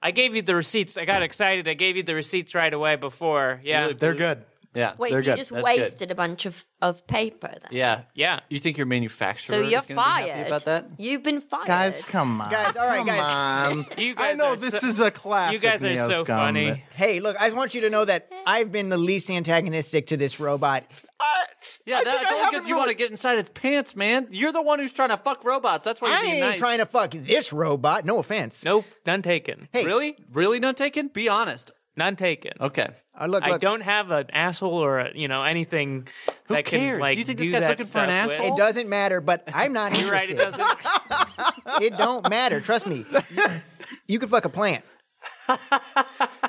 Speaker 1: I gave you the receipts. I got excited. I gave you the receipts right away before. Yeah.
Speaker 2: They're good.
Speaker 3: Yeah.
Speaker 5: Wait,
Speaker 3: They're
Speaker 5: so you
Speaker 3: good.
Speaker 5: just
Speaker 3: That's good.
Speaker 5: wasted a bunch of, of paper then.
Speaker 3: Yeah.
Speaker 1: Yeah.
Speaker 3: You think your manufacturer?
Speaker 5: So you're
Speaker 3: is gonna be happy
Speaker 5: fired.
Speaker 3: about that?
Speaker 5: You've been fired.
Speaker 2: Guys, come on.
Speaker 4: Guys, all right, guys.
Speaker 2: Come on.
Speaker 1: You
Speaker 2: I
Speaker 1: guys
Speaker 2: know
Speaker 1: are
Speaker 2: this
Speaker 1: so-
Speaker 2: is a classic.
Speaker 1: You guys are
Speaker 2: Neo
Speaker 1: so
Speaker 2: scum,
Speaker 1: funny.
Speaker 2: but-
Speaker 4: Hey, look, I just want you to know that I've been the least antagonistic to this robot.
Speaker 3: Yeah, that's only because you want to get inside its pants, man. You're the one who's trying to fuck robots. That's why you're
Speaker 4: I
Speaker 3: being
Speaker 4: ain't
Speaker 3: nice.
Speaker 4: trying to fuck this robot. No offense.
Speaker 1: Nope, none taken.
Speaker 4: Hey,
Speaker 3: Really? Really not taken? Be honest.
Speaker 1: None taken.
Speaker 3: Okay.
Speaker 4: Uh, look,
Speaker 1: I
Speaker 4: look,
Speaker 1: don't have an asshole or a, you know anything that
Speaker 3: cares?
Speaker 1: can like
Speaker 3: You think
Speaker 1: do
Speaker 3: this guy's
Speaker 1: that
Speaker 3: looking for
Speaker 1: stuff
Speaker 3: an
Speaker 1: with-
Speaker 3: asshole?
Speaker 4: It doesn't matter, but I'm not
Speaker 1: You're right. It
Speaker 4: interested.
Speaker 1: doesn't.
Speaker 4: It don't matter. Trust me. You can fuck a plant. he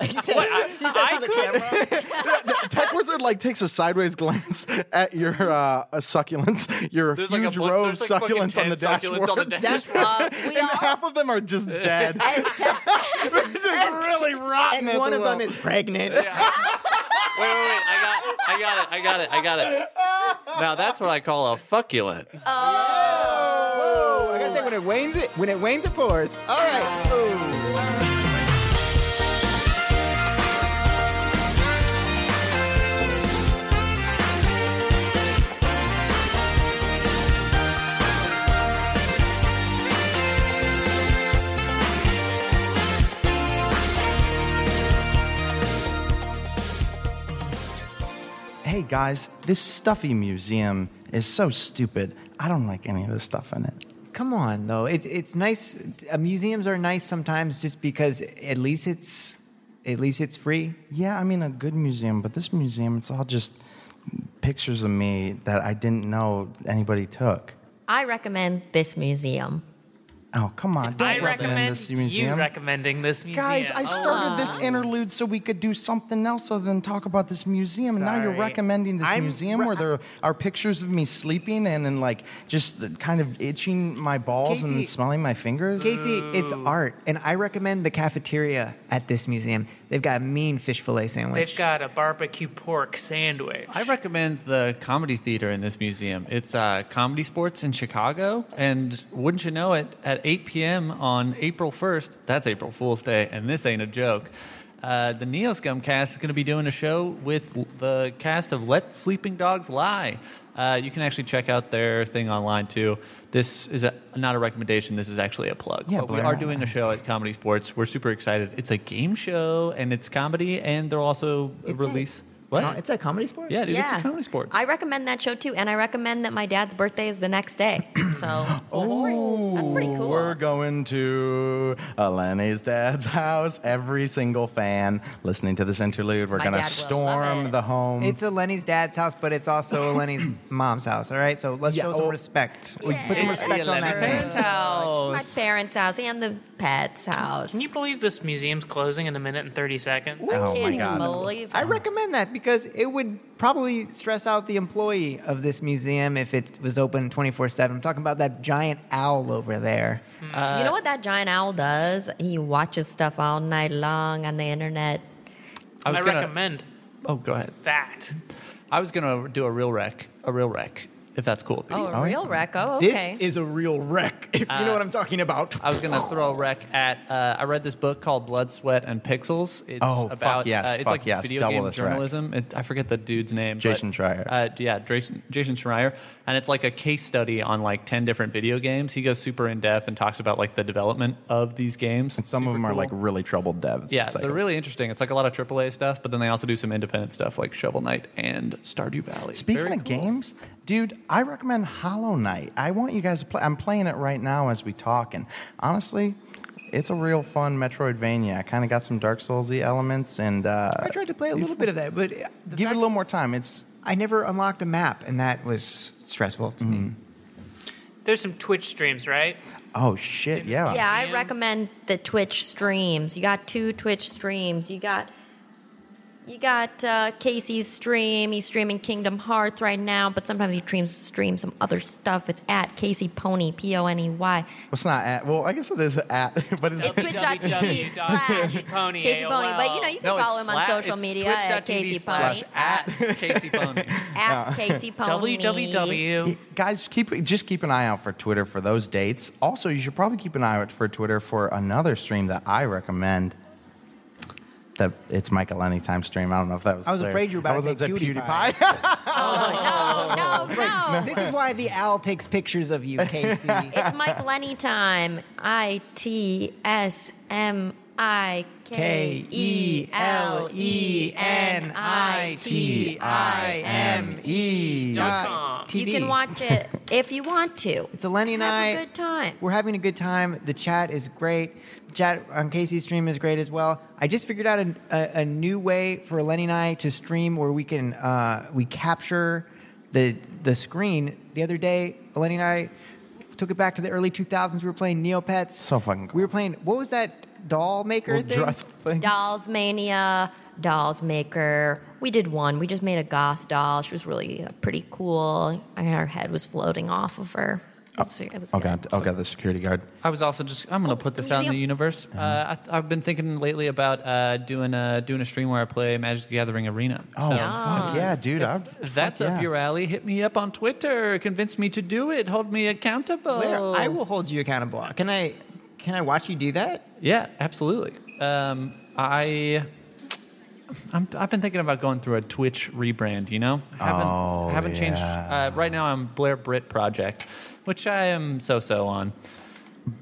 Speaker 4: says, he says on the camera.
Speaker 7: Tech Wizard like takes a sideways glance at your uh, uh, succulents, your
Speaker 3: There's like
Speaker 7: huge
Speaker 3: a bu-
Speaker 7: row of
Speaker 3: there's like fucking
Speaker 7: succulents on the
Speaker 3: 10 succulents
Speaker 7: dashboard.
Speaker 3: on the
Speaker 5: That's uh, we
Speaker 7: and
Speaker 5: all
Speaker 7: half of them are just dead.
Speaker 5: as tech
Speaker 7: It's just really rotten.
Speaker 4: And
Speaker 7: at
Speaker 4: one
Speaker 7: the
Speaker 4: of
Speaker 7: well.
Speaker 4: them is pregnant.
Speaker 3: Wait, wait, wait. I got, I got it. I got it. I got it. Now that's what I call a fucculent.
Speaker 4: Oh, I gotta say, when it wanes, it when it wanes, it pours. All right.
Speaker 2: Hey guys, this stuffy museum is so stupid. I don't like any of the stuff in it.
Speaker 4: Come on, though. It's it's nice. Uh, museums are nice sometimes, just because at least it's at least it's free.
Speaker 2: Yeah, I mean a good museum, but this museum it's all just pictures of me that I didn't know anybody took.
Speaker 5: I recommend this museum.
Speaker 2: Oh, come on. Don't
Speaker 1: I
Speaker 2: recommend,
Speaker 1: recommend
Speaker 2: this
Speaker 1: you
Speaker 2: museum.
Speaker 1: recommending this museum.
Speaker 2: Guys, I started this interlude so we could do something else other than talk about this museum. And now you're
Speaker 1: Sorry.
Speaker 2: recommending this
Speaker 4: I'm
Speaker 2: museum
Speaker 4: re-
Speaker 2: where there are pictures of me sleeping and then like just kind of itching my balls and
Speaker 4: Casey-
Speaker 2: smelling my fingers.
Speaker 4: Casey, it's art, and I recommend the cafeteria at this museum. They've got a mean fish fillet sandwich.
Speaker 1: They've got a barbecue pork sandwich.
Speaker 8: I recommend the comedy theater in this museum. It's uh, Comedy Sports in Chicago. And wouldn't you know it, at 8 p.m. on April 1st, that's April Fool's Day, and this ain't a joke. Uh, the Neo Scum cast is going to be doing a show with l- the cast of Let Sleeping Dogs Lie. Uh, you can actually check out their thing online too. This is a, not a recommendation, this is actually a plug.
Speaker 2: Yeah,
Speaker 8: but we
Speaker 2: Blair.
Speaker 8: are doing a show at Comedy Sports. We're super excited. It's a game show and it's comedy, and they'll also release. what?
Speaker 4: Uh, it's a comedy sport.
Speaker 8: Yeah, dude, it's a comedy sports.
Speaker 5: I recommend that show too, and I recommend that my dad's birthday is the next day. So
Speaker 2: Oh,
Speaker 5: that's pretty cool.
Speaker 2: We're going to Eleni's dad's house. Every single fan listening to this interlude, we're
Speaker 5: My
Speaker 2: going to
Speaker 5: dad will love
Speaker 2: storm
Speaker 5: it.
Speaker 2: the home.
Speaker 4: It's a Lenny's dad's house, but it's also a Lenny's mom's house. All right, so let's
Speaker 2: Yeah,
Speaker 4: show some
Speaker 2: well-
Speaker 4: respect.
Speaker 5: We put
Speaker 4: some
Speaker 5: Yeah.
Speaker 4: respect
Speaker 5: Yeah,
Speaker 4: on that.
Speaker 5: Lenny's
Speaker 4: man.
Speaker 5: my parents' house and the pet's house.
Speaker 1: Can you believe this museum's closing in a minute and thirty seconds?
Speaker 2: oh my
Speaker 5: Can you
Speaker 2: God.
Speaker 5: believe
Speaker 4: I
Speaker 5: it?
Speaker 4: recommend that because it would probably stress out the employee of this museum if it was open 24 7. I'm talking about that giant owl over there.
Speaker 5: you know what that giant owl does? He watches stuff all night long on the internet.
Speaker 8: I
Speaker 1: I,
Speaker 8: was gonna-
Speaker 1: recommend
Speaker 8: Oh, go ahead.
Speaker 1: that.
Speaker 8: I was gonna do a real wreck, a real wreck, if that's cool. with you.
Speaker 5: Oh, a real wreck. Oh,
Speaker 4: This
Speaker 5: okay. Uh,
Speaker 4: is a real wreck, if you know what I'm talking about.
Speaker 8: I was gonna throw a wreck at. Uh, I read this book called Blood, Sweat, and Pixels. It's
Speaker 2: Oh, fuck
Speaker 8: about,
Speaker 2: yes,
Speaker 8: uh, it's
Speaker 2: fuck
Speaker 8: like
Speaker 2: yes,
Speaker 8: video
Speaker 2: double
Speaker 8: game
Speaker 2: this wreck.
Speaker 8: journalism. It, I forget the dude's name. but,
Speaker 2: Jason Schreier.
Speaker 8: Uh, yeah, Jason, Jason Schreier, and it's like a case study on like ten different video games. He goes super in depth and talks about like the development of these games.
Speaker 2: And some of them are like really troubled devs.
Speaker 8: Yeah,
Speaker 2: cycles.
Speaker 8: they're really interesting. It's like a lot of AAA stuff, but then they also do some independent stuff like Shovel Knight and Stardew Valley.
Speaker 2: Speaking
Speaker 8: Very
Speaker 2: of games, dude, I recommend Hollow Knight. I want you guys to play. I'm playing it right now as we talk, and honestly, it's a real fun Metroidvania. I kind of got some Dark Soulsy elements, and uh,
Speaker 4: I tried to play a little bit of that, but uh, the
Speaker 2: give it
Speaker 4: fact-
Speaker 2: a little more time. It's
Speaker 4: I never unlocked a map, and that was stressful to me.
Speaker 5: Mm-hmm.
Speaker 1: There's some Twitch streams, right?
Speaker 2: oh shit, yeah.
Speaker 5: yeah, I
Speaker 1: Sam?
Speaker 5: recommend the Twitch streams. You got two Twitch streams. You got You got uh, Casey's stream. He's streaming Kingdom Hearts right now, but sometimes he streams streams some other stuff. It's at Casey Pony, P O N E Y.
Speaker 2: Well, it's not at. Well, I guess it is at, but it's
Speaker 5: Twitch.tv slash
Speaker 1: Pony,
Speaker 5: Casey Pony. But you know, you can follow him on social media at Casey
Speaker 9: Casey
Speaker 5: Pony.
Speaker 9: at Casey Pony.
Speaker 5: At Casey Pony.
Speaker 1: www.
Speaker 2: guys keep just keep an eye out for twitter for those dates also you should probably keep an eye out for twitter for another stream that i recommend the it's michael anytime stream i don't know if that was
Speaker 4: I was
Speaker 2: clear.
Speaker 4: afraid you were about
Speaker 2: I
Speaker 4: to
Speaker 2: wasn't
Speaker 4: say PewDiePie.
Speaker 5: No, Oh, no, no.
Speaker 4: This is why the owl takes pictures of you, Casey.
Speaker 5: It's Mike Lenny time. I T S M I K E L E N I T I M.
Speaker 2: E.
Speaker 4: Uh,
Speaker 5: You
Speaker 4: TV.
Speaker 5: can watch it if you want to.
Speaker 4: It's Eleni and I.
Speaker 5: Have a good time.
Speaker 4: We're having a good time. The chat is great. The chat on Casey's stream is great as well. I just figured out a, a, a new way for Eleni and I to stream where we can uh, we capture the the screen. The other day, Eleni and I took it back to the early 2000s. We were playing Neopets.
Speaker 2: So fucking cool.
Speaker 4: We were playing. What was that doll maker
Speaker 2: We'll
Speaker 4: thing?
Speaker 2: dress thing.
Speaker 5: Dolls Mania, Dolls Maker. We did one. We just made a goth doll. She was really uh, pretty cool. And her head was floating off of her. It was- it was
Speaker 2: oh
Speaker 5: good.
Speaker 2: god oh god the security guard
Speaker 3: I was also just. I'm going to put this out in the
Speaker 5: museum.
Speaker 3: universe.
Speaker 2: Uh-huh.
Speaker 3: Uh, I, I've been thinking lately about uh, doing a doing a stream where I play Magic the Gathering Arena.
Speaker 2: oh
Speaker 3: So
Speaker 2: fuck yeah dude I,
Speaker 3: if that's up
Speaker 2: yeah.
Speaker 3: your alley. Hit me up on Twitter. Convince me to do it. Hold me accountable.
Speaker 4: Blair, I will hold you accountable. Can I? Can I watch you do that?
Speaker 3: Yeah, absolutely. Um, I. I'm, I've been thinking about going through a Twitch rebrand. You know, haven't
Speaker 2: Oh,
Speaker 3: haven't changed.
Speaker 2: yeah.
Speaker 3: Uh, right now, I'm Blair Britt Project, which I am so so on.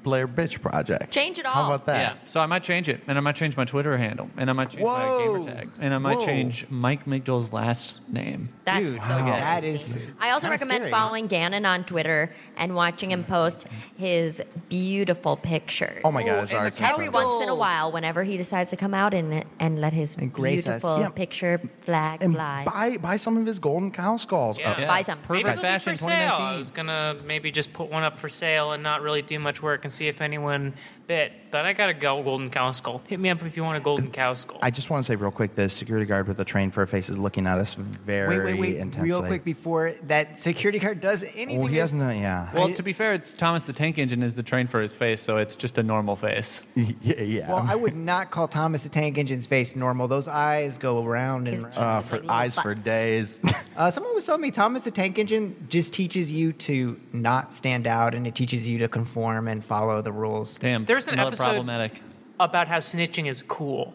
Speaker 2: blair bitch project
Speaker 5: Change it all.
Speaker 2: how about
Speaker 3: Yeah,
Speaker 2: that
Speaker 3: so I might change it, and I might change my Twitter handle, and I might change
Speaker 2: Whoa.
Speaker 3: my gamer tag, and I might
Speaker 2: Whoa.
Speaker 3: change Mike Migdal's last name.
Speaker 5: That's
Speaker 4: Dude,
Speaker 5: so
Speaker 4: wow.
Speaker 5: cool.
Speaker 4: That is-
Speaker 5: I also
Speaker 4: kinda
Speaker 5: recommend
Speaker 4: scary.
Speaker 5: following Gannon on Twitter and watching him post his beautiful pictures.
Speaker 2: oh my god it's already
Speaker 5: Every once in a while, whenever he decides to come out in it and let his
Speaker 4: And grace us.
Speaker 5: beautiful
Speaker 2: Yeah.
Speaker 5: picture flag
Speaker 2: and
Speaker 5: fly.
Speaker 2: buy buy some of his golden cow skulls
Speaker 1: Yeah.
Speaker 2: Uh,
Speaker 5: Buy some.
Speaker 1: Maybe
Speaker 3: Perfect
Speaker 1: they'll be
Speaker 3: fashion
Speaker 1: for sale. I
Speaker 3: 2019.
Speaker 1: was gonna maybe just put one up for sale and not really do much work and see if anyone bit. But I got a go- golden cow skull. Hit me up if you want a golden cow skull.
Speaker 2: I just want to say real quick, the security guard with the train for a face is looking at us very
Speaker 4: Wait, wait, wait!
Speaker 2: intensely.
Speaker 4: Real quick before that security guard does anything.
Speaker 2: Well, he
Speaker 4: to-
Speaker 2: hasn't. done- Yeah.
Speaker 3: Well, to be fair, it's Thomas the Tank Engine is the train for his face, so it's just a normal face.
Speaker 2: yeah, yeah.
Speaker 4: Well, I would not call Thomas the Tank Engine's face normal. Those eyes go round and
Speaker 5: His
Speaker 4: round.
Speaker 5: cheeks
Speaker 2: Uh,
Speaker 5: look
Speaker 2: for
Speaker 5: like little
Speaker 2: eyes for
Speaker 5: butts.
Speaker 2: days.
Speaker 4: Uh, someone was telling me Thomas the Tank Engine just teaches you to not stand out and it teaches you to conform and follow the rules.
Speaker 3: Damn,
Speaker 1: There's an
Speaker 3: another
Speaker 1: episode-
Speaker 3: problematic.
Speaker 1: About how snitching is cool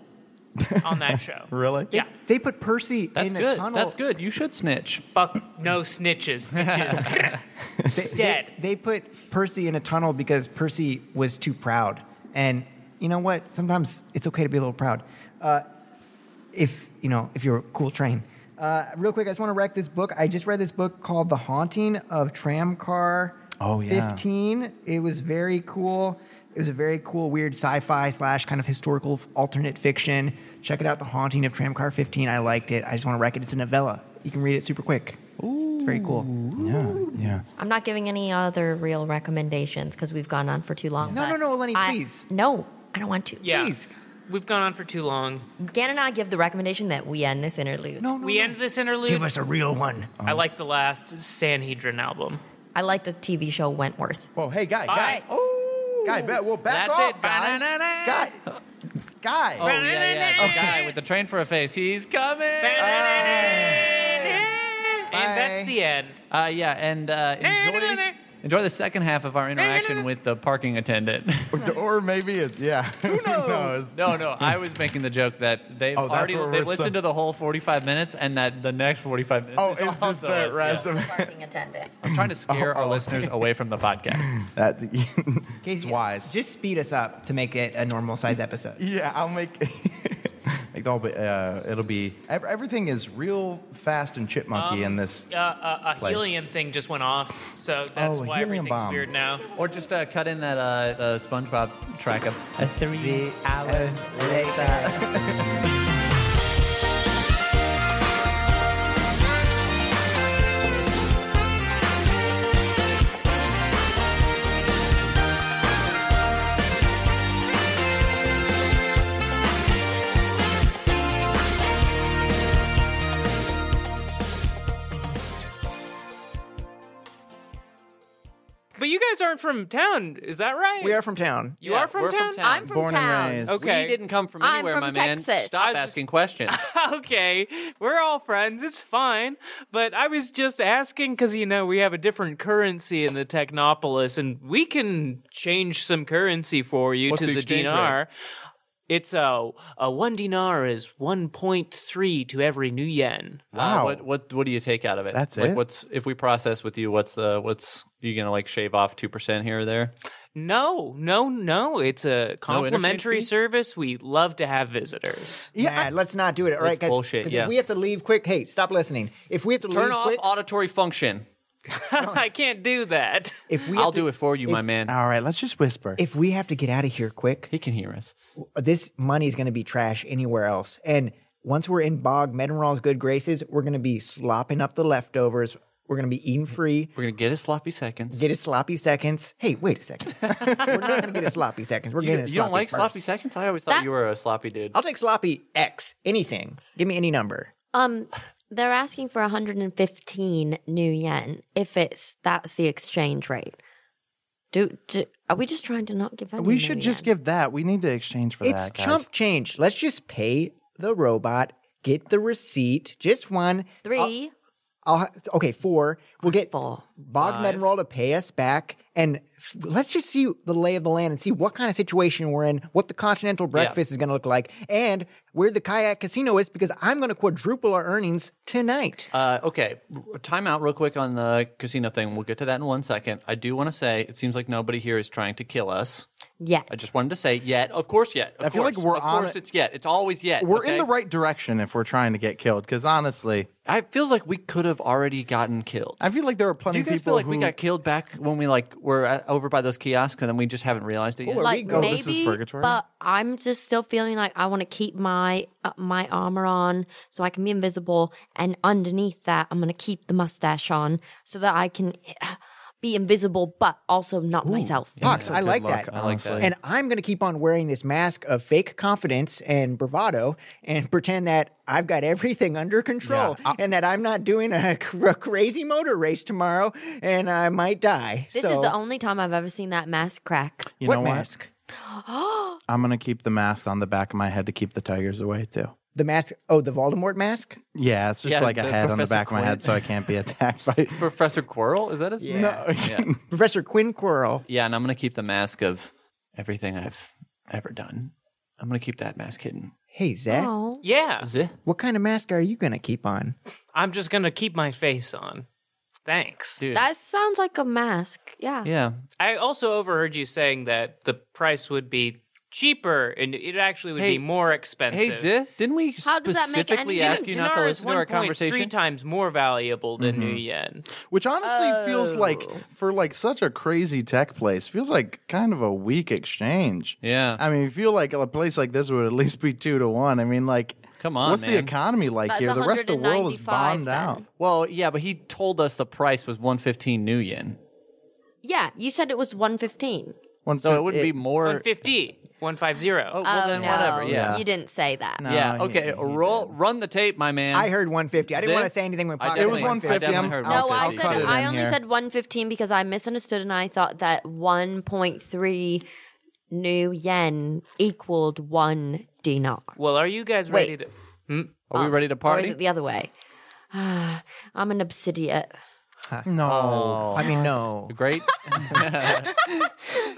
Speaker 1: on that show.
Speaker 2: really?
Speaker 1: Yeah.
Speaker 4: They put Percy
Speaker 3: That's
Speaker 4: in a
Speaker 3: good.
Speaker 4: tunnel.
Speaker 3: That's good. You should snitch.
Speaker 1: Fuck no snitches. Snitches.
Speaker 4: They, they-
Speaker 1: Dead.
Speaker 4: They, put Percy in a tunnel because Percy was too proud. And you know what? Sometimes it's okay to be a little proud. Uh, if you know, if you're a cool train. Uh, real quick, I just want to wreck this book. I just read this book called The Haunting of Tramcar
Speaker 2: Oh, yeah.
Speaker 4: 15. It was very cool. It was a very cool, weird sci-fi slash kind of historical f- alternate fiction. Check it out, The Haunting of Tramcar 15. I liked it. I just want to wreck it. It's a novella. You can read it super quick. It's very cool.
Speaker 2: Yeah. Yeah.
Speaker 5: I'm not giving any other real recommendations because we've gone on for too long.
Speaker 4: No,
Speaker 5: but
Speaker 4: no, no, Eleni,
Speaker 5: I-
Speaker 4: please.
Speaker 5: No, I don't want to.
Speaker 1: yeah.
Speaker 4: Please.
Speaker 1: We've gone on for too long.
Speaker 5: Gannon and I give the recommendation that we end this interlude.
Speaker 2: No, no.
Speaker 1: We end this interlude.
Speaker 4: Give us a real one.
Speaker 1: I like the last Sanhedrin album.
Speaker 5: I like the TV show Wentworth.
Speaker 2: Whoa, hey, guy,
Speaker 1: All
Speaker 2: guy,
Speaker 1: right.
Speaker 2: guy, bet. Well, back
Speaker 3: That's
Speaker 2: off,
Speaker 3: it.
Speaker 2: guy.
Speaker 3: Ba-na-na-na.
Speaker 2: Guy, guy.
Speaker 3: Oh yeah, yeah. The guy with the train for a face. He's coming.
Speaker 1: And that's the end.
Speaker 3: Uh, yeah, and uh, enjoy, enjoy the second half of our interaction with the parking attendant.
Speaker 2: Or maybe it's yeah. Who knows?
Speaker 3: no, no, I was making the joke that they've
Speaker 2: Oh, that's
Speaker 3: already
Speaker 2: what
Speaker 3: they've
Speaker 2: we're
Speaker 3: listened
Speaker 2: so-
Speaker 3: to the whole 45 minutes, and that the next 45 minutes.
Speaker 2: Oh,
Speaker 3: is
Speaker 2: it's
Speaker 3: all
Speaker 2: just
Speaker 3: solace,
Speaker 2: the
Speaker 3: yeah.
Speaker 2: rest of
Speaker 5: Parking attendant.
Speaker 3: I'm trying to scare our
Speaker 2: oh.
Speaker 3: listeners away from the podcast.
Speaker 2: that. it's
Speaker 4: Casey,
Speaker 2: wise.
Speaker 4: Just speed us up to make it a normal size episode.
Speaker 2: Yeah, I'll make. like they'll be, uh, it'll be ev- everything is real fast and
Speaker 3: Um,
Speaker 2: chipmunky in this.
Speaker 1: Uh, uh, a
Speaker 2: Place.
Speaker 1: helium thing just went off, so that's
Speaker 2: Oh, a
Speaker 1: why
Speaker 2: helium
Speaker 1: everything's
Speaker 2: bomb.
Speaker 1: weird now.
Speaker 3: or just uh, cut in that uh, uh, SpongeBob track of a three hours.
Speaker 1: But you guys aren't from town, is that right?
Speaker 4: We are from town.
Speaker 1: You
Speaker 3: Yeah,
Speaker 1: are from
Speaker 3: we're
Speaker 1: town.
Speaker 3: from town.
Speaker 5: I'm from
Speaker 2: Born and
Speaker 5: town.
Speaker 2: raised.
Speaker 1: Okay.
Speaker 3: We didn't come from
Speaker 5: I'm
Speaker 3: anywhere,
Speaker 5: from
Speaker 3: my man.
Speaker 5: Texas.
Speaker 3: Stop asking questions. Uh,
Speaker 1: okay, we're all friends. It's fine. But I was just asking because, you know, we have a different currency in the Technopolis and we can change some currency for you
Speaker 8: What's
Speaker 1: to
Speaker 8: the
Speaker 1: the,
Speaker 8: exchange
Speaker 1: dinar. It's a, a one dinar is 1.3 to every new yen.
Speaker 3: Uh, what what what do you take out of it?
Speaker 2: That's
Speaker 3: like
Speaker 2: it?
Speaker 3: What's if we process with you? What's the what's you gonna like shave off two percent here or there?
Speaker 1: No, no, no. It's a complimentary
Speaker 3: fee?
Speaker 1: service. We love to have visitors.
Speaker 4: Yeah, let's not do it. All right, guys.
Speaker 3: bullshit,
Speaker 4: 'cause
Speaker 3: yeah.
Speaker 4: If we have to leave quick, hey, stop listening. If we have to
Speaker 3: Turn
Speaker 4: leave
Speaker 3: off
Speaker 4: quick,
Speaker 3: auditory function.
Speaker 1: I can't do that.
Speaker 4: if we have
Speaker 3: I'll
Speaker 4: to,
Speaker 3: do it for you, my man.
Speaker 2: All right, let's just whisper.
Speaker 4: If we have to get out of here quick,
Speaker 3: He can hear us.
Speaker 4: this money is going to be trash anywhere else. And once we're in Bog Metanrol's good graces, we're going to be slopping up the leftovers. We're going to be eating free.
Speaker 3: We're gonna get his sloppy seconds.
Speaker 4: Get a sloppy seconds. Hey, wait a second. we're not going to get a sloppy seconds. We're
Speaker 3: you,
Speaker 4: getting a
Speaker 3: you don't like
Speaker 4: first.
Speaker 3: sloppy seconds? I always thought
Speaker 5: That-
Speaker 3: you were a sloppy dude.
Speaker 4: I'll take sloppy X. Anything. Give me any number.
Speaker 5: Um, they're asking for 115 new yen if it's that's the exchange rate. Do, do are we just trying to not give any?
Speaker 2: we
Speaker 5: new
Speaker 2: should just
Speaker 5: yen?
Speaker 2: give that. We need to exchange for
Speaker 4: It's
Speaker 2: that. guys.
Speaker 4: chump change. Let's just pay the robot. Get the receipt. Just one.
Speaker 5: 3
Speaker 4: I'll ha- okay, four. We'll get
Speaker 5: Four.
Speaker 4: Bog Medenroll to pay us back, and f- let's just see the lay of the land and see what kind of situation we're in, what the continental breakfast is going to look like, and where the kayak casino is, because I'm going to quadruple our earnings tonight.
Speaker 3: Uh, okay, R- time out real quick on the casino thing. We'll get to that in one second. I do want to say it seems like nobody here is trying to kill us.
Speaker 5: Yes.
Speaker 3: I just wanted to say yet. Of course, yet. Of
Speaker 2: I feel
Speaker 3: course.
Speaker 2: like we're
Speaker 3: of
Speaker 2: on
Speaker 3: course
Speaker 2: it-
Speaker 3: it's yet. It's always yet.
Speaker 2: We're in
Speaker 3: okay?
Speaker 2: the right direction if we're trying to get killed. Because honestly,
Speaker 3: I feels like we could have already gotten killed.
Speaker 2: I feel like there are
Speaker 3: Do
Speaker 2: plenty
Speaker 3: you
Speaker 2: of
Speaker 3: guys
Speaker 2: people
Speaker 3: feel like
Speaker 2: who
Speaker 3: we got killed back when we like were uh, over by those kiosks and then we just haven't realized it yet?
Speaker 4: Or we
Speaker 5: like
Speaker 4: go-
Speaker 5: maybe,
Speaker 2: this is purgatory?
Speaker 5: but I'm just still feeling like I want to keep my uh, my armor on so I can be invisible, and underneath that, I'm gonna keep the mustache on so that I can uh, be invisible, but also not myself.
Speaker 4: Pox, I like
Speaker 2: luck,
Speaker 4: that.
Speaker 2: I like that.
Speaker 4: And I'm going to keep on wearing this mask of fake confidence and bravado and pretend that I've got everything under control and that I'm not doing a, cr- a crazy motor race tomorrow and I might die.
Speaker 5: This
Speaker 4: So-
Speaker 5: is the only time I've ever seen that mask crack.
Speaker 2: you
Speaker 4: what
Speaker 2: know
Speaker 4: mask?
Speaker 2: what? I'm gonna keep the mask on the back of my head to keep the tigers away too.
Speaker 4: The mask. Oh, the Voldemort mask.
Speaker 2: Yeah, it's just
Speaker 3: Yeah,
Speaker 2: like a
Speaker 3: the
Speaker 2: head on the
Speaker 3: Professor
Speaker 2: back of my head,
Speaker 3: Quinn.
Speaker 2: so I can't be attacked by.
Speaker 3: Professor Quirrell, is that his name?
Speaker 4: Yeah.
Speaker 3: Yeah.
Speaker 4: Professor Quinn Quirrell.
Speaker 3: Yeah, and I'm gonna keep the mask of everything I've ever done. I'm gonna keep that mask hidden.
Speaker 4: Hey Zach,
Speaker 5: Oh,
Speaker 1: Yeah.
Speaker 3: Is it?
Speaker 4: what kind of mask are you gonna keep on?
Speaker 1: I'm just going to keep my face on. Thanks.
Speaker 3: Dude.
Speaker 5: that sounds like a mask. Yeah.
Speaker 3: yeah.
Speaker 1: I also overheard you saying that the price would be cheaper and it actually would
Speaker 3: Hey-
Speaker 1: be more expensive.
Speaker 3: Hey, Zih, didn't we
Speaker 5: How does that make
Speaker 3: specifically
Speaker 5: any
Speaker 3: ask
Speaker 5: difference?
Speaker 3: you not to
Speaker 1: Dinar is
Speaker 3: listen to our
Speaker 1: 1.3
Speaker 3: conversation? Mm-hmm.
Speaker 1: times more valuable than New Yen.
Speaker 2: Which honestly feels like
Speaker 5: Oh.
Speaker 2: for like such a crazy tech place, feels like kind of a weak exchange.
Speaker 3: Yeah.
Speaker 2: I mean, you feel like a place like this would at least be two to one. I mean, like,
Speaker 3: Come on,
Speaker 2: what's the
Speaker 3: man.
Speaker 2: economy like
Speaker 5: That's
Speaker 2: here? The rest of the world is
Speaker 5: 195
Speaker 2: bombed
Speaker 5: then.
Speaker 2: out.
Speaker 3: Well, yeah, but he told us the price was 115 new yen.
Speaker 5: Yeah, you said it was 115.
Speaker 2: One
Speaker 3: So
Speaker 2: fif-
Speaker 3: it would be more
Speaker 1: 150, 150.
Speaker 3: Oh, well then whatever, yeah.
Speaker 5: You didn't say that.
Speaker 3: yeah,
Speaker 2: No, he-
Speaker 3: okay, roll run the tape, my man.
Speaker 4: I heard 150. I didn't
Speaker 3: Zip?
Speaker 4: want to say anything when
Speaker 3: I
Speaker 4: Pox
Speaker 2: It was
Speaker 4: said
Speaker 3: definitely-
Speaker 2: 150.
Speaker 3: I definitely
Speaker 2: I'm-
Speaker 3: heard
Speaker 5: No,
Speaker 2: Okay,
Speaker 5: I
Speaker 2: I'll cut
Speaker 5: said
Speaker 2: it
Speaker 5: I
Speaker 2: in
Speaker 5: only
Speaker 2: here.
Speaker 5: said 115 because I misunderstood and I thought that 1.3 new yen equaled one dinar.
Speaker 1: Well, are you guys
Speaker 5: Wait.
Speaker 1: ready to.
Speaker 3: Are we ready to
Speaker 5: Oh. Or
Speaker 3: party?
Speaker 5: is it the other way? Ah, I'm an obsidian.
Speaker 2: No.
Speaker 3: Oh.
Speaker 4: I mean, no.
Speaker 3: Great.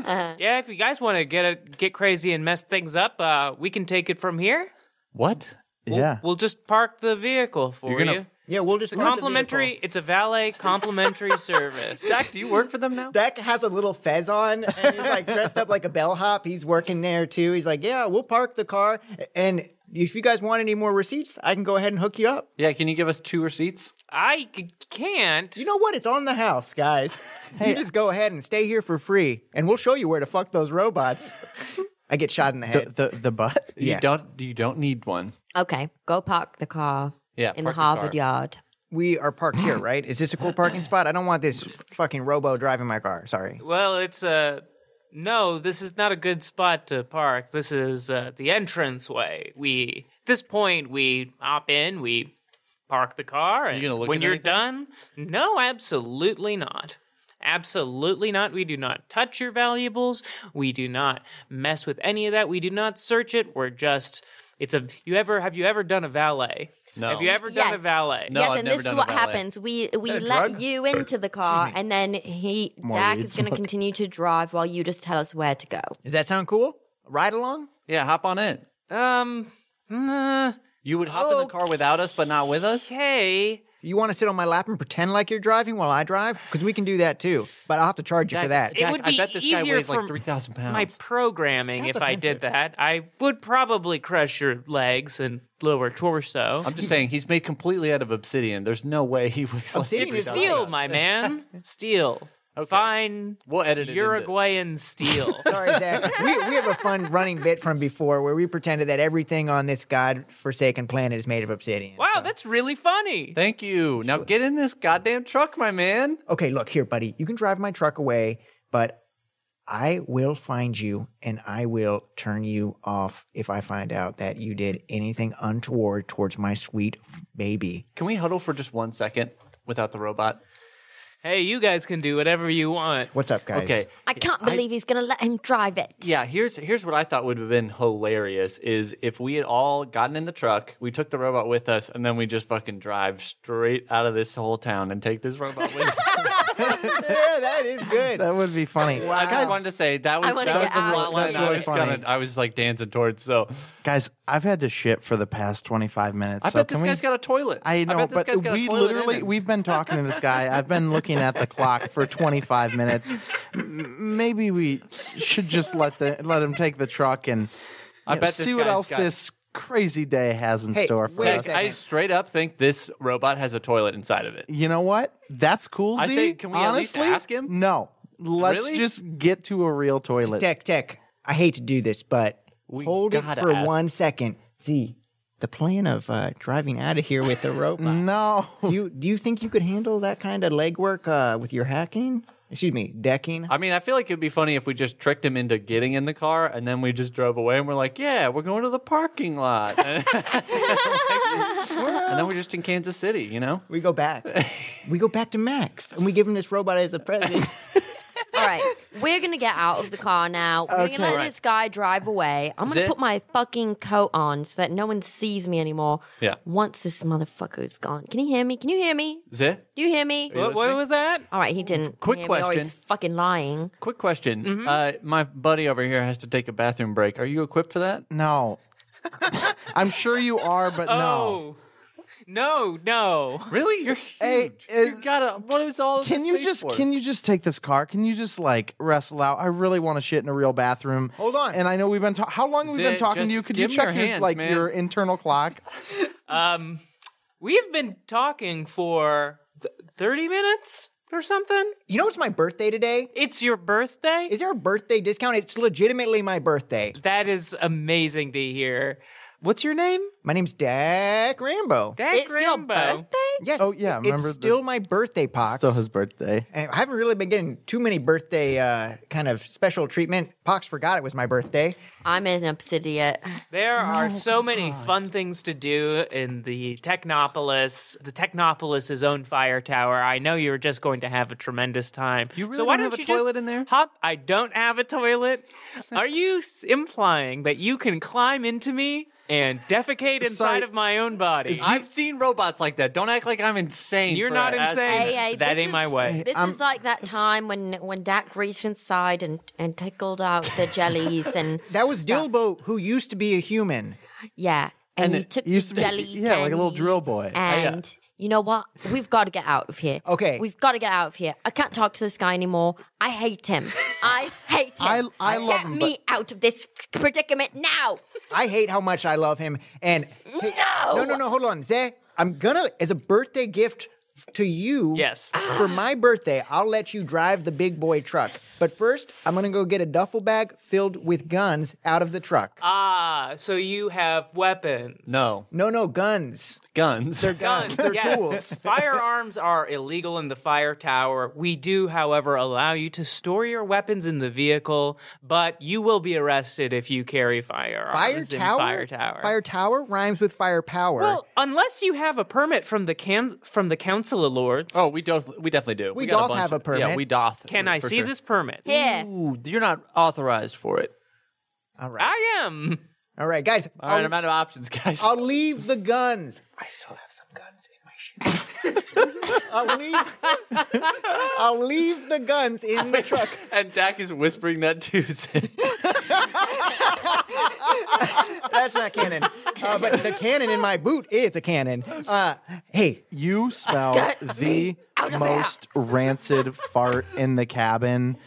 Speaker 1: Yeah, if you guys want to get it, get crazy and mess things up, uh, we can take it from here.
Speaker 3: what?
Speaker 2: yeah.
Speaker 1: We'll just park the vehicle for
Speaker 3: You're gonna-
Speaker 1: you.
Speaker 4: Yeah, we'll just
Speaker 1: It's a complimentary. It's a valet complimentary service.
Speaker 3: Zach, do you work for them now?
Speaker 4: Deck has a little fez on, and he's like dressed up like a bellhop. He's working there too. He's like, "Yeah, we'll park the car, and if you guys want any more receipts, I can go ahead and hook you up."
Speaker 3: Yeah, can you give us two receipts?
Speaker 1: I c- can't.
Speaker 4: You know what? It's on the house, guys. you just go ahead and stay here for free, and we'll show you where to fuck those robots. I get shot in the head.
Speaker 2: The, the the butt.
Speaker 4: Yeah.
Speaker 3: You don't you don't need one.
Speaker 5: Okay, go park the car
Speaker 3: Yeah,
Speaker 5: in the
Speaker 3: park the
Speaker 5: Harvard
Speaker 3: car.
Speaker 5: Yard.
Speaker 4: we are parked here, right? Is this a cool parking spot? I don't want this fucking robo driving my car. Sorry.
Speaker 1: Well, it's Uh, no, this is not a good spot to park. This is uh, the entrance way. We this point we hop in, we park the car, and
Speaker 3: gonna look
Speaker 1: when
Speaker 3: at
Speaker 1: you're
Speaker 3: anything?
Speaker 1: done, no, absolutely not. Absolutely not. We do not touch your valuables. We do not mess with any of that. We do not search it. We're just it's a you ever have you ever done a valet?
Speaker 3: No.
Speaker 1: Have you ever done a
Speaker 5: Yes.
Speaker 1: valet?
Speaker 3: No,
Speaker 5: yes,
Speaker 3: I've
Speaker 5: and
Speaker 3: never
Speaker 5: this is
Speaker 3: done a
Speaker 5: what
Speaker 3: valet.
Speaker 5: happens. We we let you into the car, and then he Dak is going to continue to drive while you just tell us where to go.
Speaker 4: Does that sound cool? Ride along?
Speaker 3: Yeah, hop on it.
Speaker 1: Um nah,
Speaker 3: You would hop in the car without us, but not with us.
Speaker 1: okay.
Speaker 4: You want to sit on my lap and pretend like you're driving while I drive? Because we can do that too. But I'll have to charge you for that.
Speaker 1: It
Speaker 3: Jack,
Speaker 1: would
Speaker 3: I
Speaker 1: be
Speaker 3: bet this guy
Speaker 1: easier
Speaker 3: weighs like
Speaker 1: for
Speaker 3: three thousand pounds.
Speaker 1: My programming if I did that, I would probably crush your legs and lower torso.
Speaker 3: I'm just saying, he's made completely out of obsidian. There's no way he weighs like
Speaker 4: Obsidian
Speaker 3: three
Speaker 1: It's
Speaker 4: is-
Speaker 3: thousand.
Speaker 1: steel, my man. Steel. Fine.
Speaker 3: We'll edit it. into-
Speaker 1: Uruguayan steel.
Speaker 4: Sorry, Zach. we, we have a fun running bit from before where we pretended that everything on this godforsaken planet is made of obsidian.
Speaker 1: wow, that's really funny.
Speaker 3: Thank you. Now get in this goddamn truck, my man.
Speaker 4: Okay, look here, buddy. You can drive my truck away, but I will find you and I will turn you off if I find out that you did anything untoward towards my sweet f- baby.
Speaker 3: Can we huddle for just one second without the robot?
Speaker 1: Hey, you guys can do whatever you want.
Speaker 4: What's up, guys?
Speaker 3: Okay.
Speaker 5: I can't believe he's going to let him drive it.
Speaker 3: Yeah, here's here's what I thought would have been hilarious is if we had all gotten in the truck, we took the robot with us, and then we just fucking drive straight out of this whole town and take this robot with us.
Speaker 4: Yeah, that is good.
Speaker 2: That would be funny.
Speaker 3: I just wanted to say that was
Speaker 5: wanna
Speaker 3: that
Speaker 5: get
Speaker 3: was a
Speaker 5: out.
Speaker 3: plot line
Speaker 5: That's
Speaker 3: I
Speaker 2: really
Speaker 3: was
Speaker 2: funny.
Speaker 3: kind of I was like dancing towards. So
Speaker 2: Guys, I've had to shit for the past 25 minutes.
Speaker 3: I
Speaker 2: so
Speaker 3: bet
Speaker 2: can
Speaker 3: this
Speaker 2: we-
Speaker 3: guy's got a toilet.
Speaker 2: I know,
Speaker 3: bet this
Speaker 2: but
Speaker 3: guy's got a
Speaker 2: we
Speaker 3: toilet in
Speaker 2: literally
Speaker 3: him.
Speaker 2: we've been talking to this guy. I've been looking at the clock for 25 minutes. M- Maybe we should just let the let him take the truck and
Speaker 3: I
Speaker 2: you know,
Speaker 3: bet this
Speaker 2: see what
Speaker 3: guy's
Speaker 2: else
Speaker 3: got-
Speaker 2: this crazy day has in
Speaker 4: Hey,
Speaker 2: store for
Speaker 4: wait a
Speaker 2: us.
Speaker 4: second.
Speaker 3: I straight up think this robot has a toilet inside of it.
Speaker 2: You know what? That's cool.
Speaker 3: I
Speaker 2: Z.
Speaker 3: say, can we at least
Speaker 2: Honestly,
Speaker 3: ask him?
Speaker 2: No. Let's
Speaker 3: Really?
Speaker 2: just get to a real toilet.
Speaker 4: Tech, tech. I hate to do this, but hold it
Speaker 3: gotta
Speaker 4: for
Speaker 3: ask.
Speaker 4: one second. See, the plan of uh, driving out of here with the
Speaker 3: Mm.
Speaker 4: robot.
Speaker 2: No.
Speaker 4: Do you do you think you could handle that kind of legwork uh, with your hacking? Excuse me, decking.
Speaker 3: I mean, I feel like it'd be funny if we just tricked him into getting in the car and then we just drove away and we're like, yeah, we're going to the parking lot. and then we're just in Kansas City, you know?
Speaker 4: We go back. we go back to Max, and we give him this robot as a present.
Speaker 5: All right, we're gonna get out of the car now. We're gonna let this guy drive away. I'm gonna
Speaker 3: Zip.
Speaker 5: put my fucking coat on so that no one sees me anymore.
Speaker 3: Yeah.
Speaker 5: Once this motherfucker's gone, can you hear me? Can you hear me?
Speaker 3: Zeh,
Speaker 5: Do you hear me?
Speaker 1: What, what was that?
Speaker 5: All right, he didn't.
Speaker 3: Quick
Speaker 5: hear me, or he's
Speaker 3: question.
Speaker 5: fucking lying.
Speaker 3: quick question. Uh, my buddy over here has to take a bathroom break. Are you equipped for that?
Speaker 2: No. I'm sure you are, but no.
Speaker 1: Oh. No, no.
Speaker 3: Really? You're huge.
Speaker 2: Hey,
Speaker 3: you gotta. What is all? of
Speaker 2: Can
Speaker 3: this
Speaker 2: you
Speaker 3: space
Speaker 2: just
Speaker 3: for?
Speaker 2: can you just take this car? Can you just like wrestle out? I really want to shit in a real bathroom.
Speaker 4: Hold on.
Speaker 2: And I know we've been talking. How long have we been
Speaker 3: Zit,
Speaker 2: talking to
Speaker 3: just
Speaker 2: you? Could you
Speaker 3: give me
Speaker 2: check
Speaker 3: your
Speaker 2: your,
Speaker 3: hands,
Speaker 2: like
Speaker 3: man.
Speaker 2: your internal clock?
Speaker 1: We've been talking for th- 30 minutes or something.
Speaker 4: you know, it's my birthday today.
Speaker 1: It's your birthday?
Speaker 4: Is there a birthday discount? It's legitimately my birthday.
Speaker 1: that is amazing to hear. What's your name?
Speaker 4: My name's Dak Rambo.
Speaker 1: Dak
Speaker 5: It's your
Speaker 1: Rambo.
Speaker 5: birthday.
Speaker 4: Yes.
Speaker 2: Oh, yeah,
Speaker 4: it's
Speaker 2: remember the-
Speaker 4: still my birthday, Pox.
Speaker 2: Still his birthday.
Speaker 4: And I haven't really been getting too many birthday uh, kind of special treatment. Pox forgot it was my birthday.
Speaker 5: I'm an obsidian.
Speaker 1: There
Speaker 3: Oh
Speaker 1: are so many fun things to do in the Technopolis. The Technopolis' own fire tower. I know you're just going to have a tremendous time. You
Speaker 3: really
Speaker 1: so why
Speaker 3: don't have
Speaker 1: don't
Speaker 3: a
Speaker 1: you just
Speaker 3: toilet in there?
Speaker 1: Hop, I don't have a toilet. are you s- implying that you can climb into me and defecate inside of my own body?
Speaker 3: I've seen robots like that. Don't act like I'm insane.
Speaker 1: You're
Speaker 3: for
Speaker 1: not
Speaker 3: asking
Speaker 1: insane.
Speaker 5: Hey,
Speaker 3: that.
Speaker 5: hey,
Speaker 1: that
Speaker 5: this
Speaker 1: ain't my
Speaker 5: is-
Speaker 1: way. Um,
Speaker 5: This is like that time when when Dak reached inside and and tickled out the jellies and
Speaker 4: That was Dilbo, who used to be a human.
Speaker 5: Yeah. And, you took the
Speaker 2: used to be-
Speaker 5: jelly.
Speaker 2: yeah, like a little
Speaker 5: candy,
Speaker 2: drill boy.
Speaker 5: And you know what? We've got to get out of here.
Speaker 4: Okay.
Speaker 5: We've got to get out of here. I can't talk to this guy anymore. I hate him. I hate him.
Speaker 2: I- I love
Speaker 5: get
Speaker 2: him,
Speaker 5: me out of this predicament now.
Speaker 4: I hate how much I love him. And
Speaker 5: No.
Speaker 3: Oh,
Speaker 4: No, no, no. Hold on, Zay. I'm gonna as a birthday gift to you.
Speaker 1: Yes.
Speaker 4: For my birthday, I'll let you drive the big boy truck. But first, I'm gonna go get a duffel bag filled with guns out of the truck.
Speaker 3: Uh,
Speaker 1: Ah, so you have weapons.
Speaker 3: No
Speaker 4: no, no, guns.
Speaker 3: guns.
Speaker 4: They're guns.
Speaker 1: Guns,
Speaker 4: They're
Speaker 1: yes.
Speaker 4: tools.
Speaker 1: Firearms are illegal in the fire tower. We do, however, allow you to store your weapons in the vehicle, but you will be arrested if you carry firearms
Speaker 4: Fire
Speaker 1: in
Speaker 4: tower.
Speaker 1: fire tower.
Speaker 4: Fire tower rhymes with firepower.
Speaker 1: well, unless you have a permit from the can- from the Council of Lords.
Speaker 3: Oh, we doth we definitely do. We, got
Speaker 4: doth
Speaker 3: bunch
Speaker 4: have a
Speaker 3: of- Yeah,
Speaker 4: permit.
Speaker 3: we doth.
Speaker 1: can
Speaker 3: for-
Speaker 1: I
Speaker 3: for
Speaker 1: see
Speaker 3: sure.
Speaker 1: this permit?
Speaker 5: Yeah.
Speaker 3: Ooh, you're not authorized for it.
Speaker 4: All right.
Speaker 1: I am.
Speaker 4: All right, guys.
Speaker 3: All right,
Speaker 4: I'll,
Speaker 3: I'm out of options, guys.
Speaker 4: I'll leave the guns. I still have some guns in my shoes. I'll leave. I'll leave the guns in the truck.
Speaker 3: and Dak is whispering that to Zin.
Speaker 4: That's not canon. Uh, but the cannon in my boot is a cannon. Uh, hey,
Speaker 2: You smell
Speaker 5: Get
Speaker 2: the
Speaker 5: me out of
Speaker 2: most rancid fart in the cabin.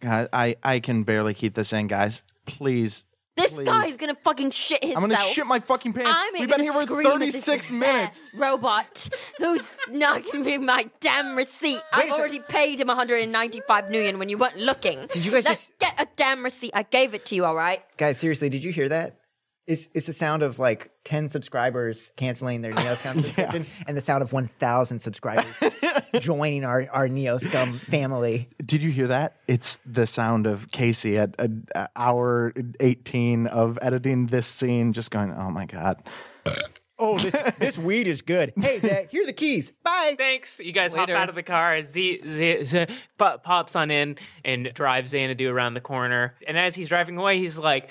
Speaker 2: God, I, I can barely keep this in, guys. Please.
Speaker 5: This guy's gonna fucking shit himself.
Speaker 2: I'm going to shit my fucking pants.
Speaker 5: I'm
Speaker 2: We've been
Speaker 5: gonna
Speaker 2: here for
Speaker 5: scream at
Speaker 2: 36
Speaker 5: this
Speaker 2: minutes.
Speaker 5: fat Robot who's not giving me my damn receipt.
Speaker 4: a
Speaker 5: I've
Speaker 4: sec-
Speaker 5: already paid him 195 million when you weren't looking. Did
Speaker 4: you guys
Speaker 5: Let's
Speaker 4: just-
Speaker 5: get a damn receipt? I gave it to you, all right?
Speaker 4: guys, seriously, did you hear that? It's, it's the sound of like 10 subscribers canceling their Neoscum subscription and the sound of 1,000 subscribers joining our, our Neoscum family.
Speaker 2: Did you hear that? It's the sound of Casey at uh, uh, hour 18 of editing this scene, just going, oh my God.
Speaker 4: Oh, this, this weed is good. Hey, Zach, here are the keys. Bye.
Speaker 1: Thanks. You guys
Speaker 3: Later.
Speaker 1: hop out of the car. Z, Z, Z po- pops on in and drives Xanadu around the corner. And as he's driving away, he's like,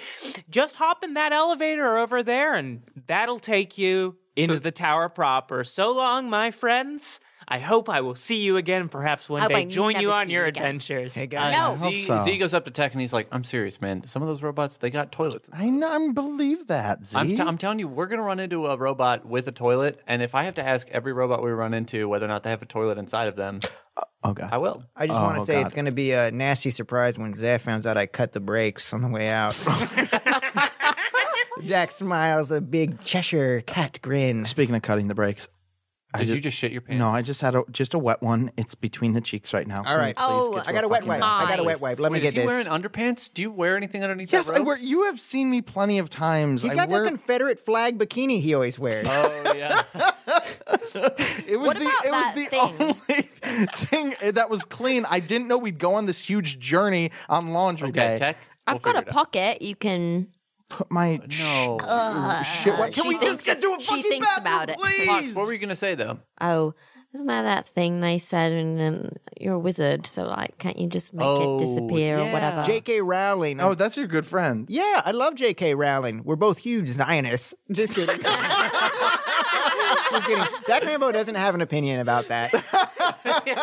Speaker 1: just hop in that elevator over there and that'll take you into the tower proper. So long, my friends. I hope I will see you again, perhaps one
Speaker 5: Hope
Speaker 1: day
Speaker 5: Oh, I
Speaker 1: join you
Speaker 5: never
Speaker 1: on
Speaker 5: see
Speaker 1: your
Speaker 5: you again.
Speaker 1: adventures.
Speaker 4: Hey, guys.
Speaker 5: No.
Speaker 3: Z,
Speaker 2: so.
Speaker 3: Z goes up to Tech and he's like, "I'm serious, man. Some of those robots, they got toilets.
Speaker 2: I know, I believe that, Z.
Speaker 3: I'm, t- I'm telling you, we're gonna run into a robot with a toilet. And if I have to ask every robot we run into whether or not they have a toilet inside of them,
Speaker 2: oh God.
Speaker 3: I will.
Speaker 4: I just want to
Speaker 2: Oh,
Speaker 4: say
Speaker 2: God.
Speaker 4: it's going to be a nasty surprise when Zach finds out I cut the brakes on the way out. Jack smiles a big Cheshire cat grin.
Speaker 2: Speaking of cutting the brakes,
Speaker 3: Did you just shit your pants?
Speaker 2: No, I just had a just a wet one. It's between the cheeks right now.
Speaker 4: All right.
Speaker 5: Oh,
Speaker 4: I got a wet
Speaker 2: fucking
Speaker 4: wipe. I got a
Speaker 5: mind.
Speaker 4: wet wipe. Let
Speaker 3: Wait,
Speaker 4: me
Speaker 3: is
Speaker 4: get
Speaker 3: he
Speaker 4: this.
Speaker 3: wearing underpants? Do you wear anything underneath
Speaker 2: Yes,
Speaker 3: that
Speaker 2: I
Speaker 3: robe?
Speaker 2: wear. You have seen me plenty of times.
Speaker 4: He's
Speaker 2: I
Speaker 4: got
Speaker 2: wear-
Speaker 4: that Confederate flag bikini he always wears.
Speaker 3: Oh yeah.
Speaker 2: It was
Speaker 5: What
Speaker 2: the
Speaker 5: about
Speaker 2: it was
Speaker 5: that
Speaker 2: the
Speaker 5: thing?
Speaker 2: only thing that was clean. I didn't know we'd go on this huge journey on laundry
Speaker 3: Okay,
Speaker 2: day.
Speaker 3: Tech.
Speaker 5: I've got a pocket. You can.
Speaker 2: Put my
Speaker 3: No.
Speaker 2: shit. wet-
Speaker 5: Uh, she
Speaker 2: Can we
Speaker 5: thinks-
Speaker 2: just get to a
Speaker 5: she
Speaker 2: fucking
Speaker 5: thinks
Speaker 2: bathroom,
Speaker 5: about it.
Speaker 2: please?
Speaker 3: Fox, what were you gonna say though?
Speaker 5: Oh, isn't that that thing they said? And um, you're a wizard, so like, can't you just make
Speaker 3: Oh,
Speaker 5: it disappear
Speaker 3: yeah.
Speaker 5: or whatever?
Speaker 4: J.K. Rowling.
Speaker 2: Oh, that's your good friend.
Speaker 4: yeah, I love J.K. Rowling. We're both huge Zionists. Just kidding. Just kidding. Dak Rambo doesn't have an opinion about that.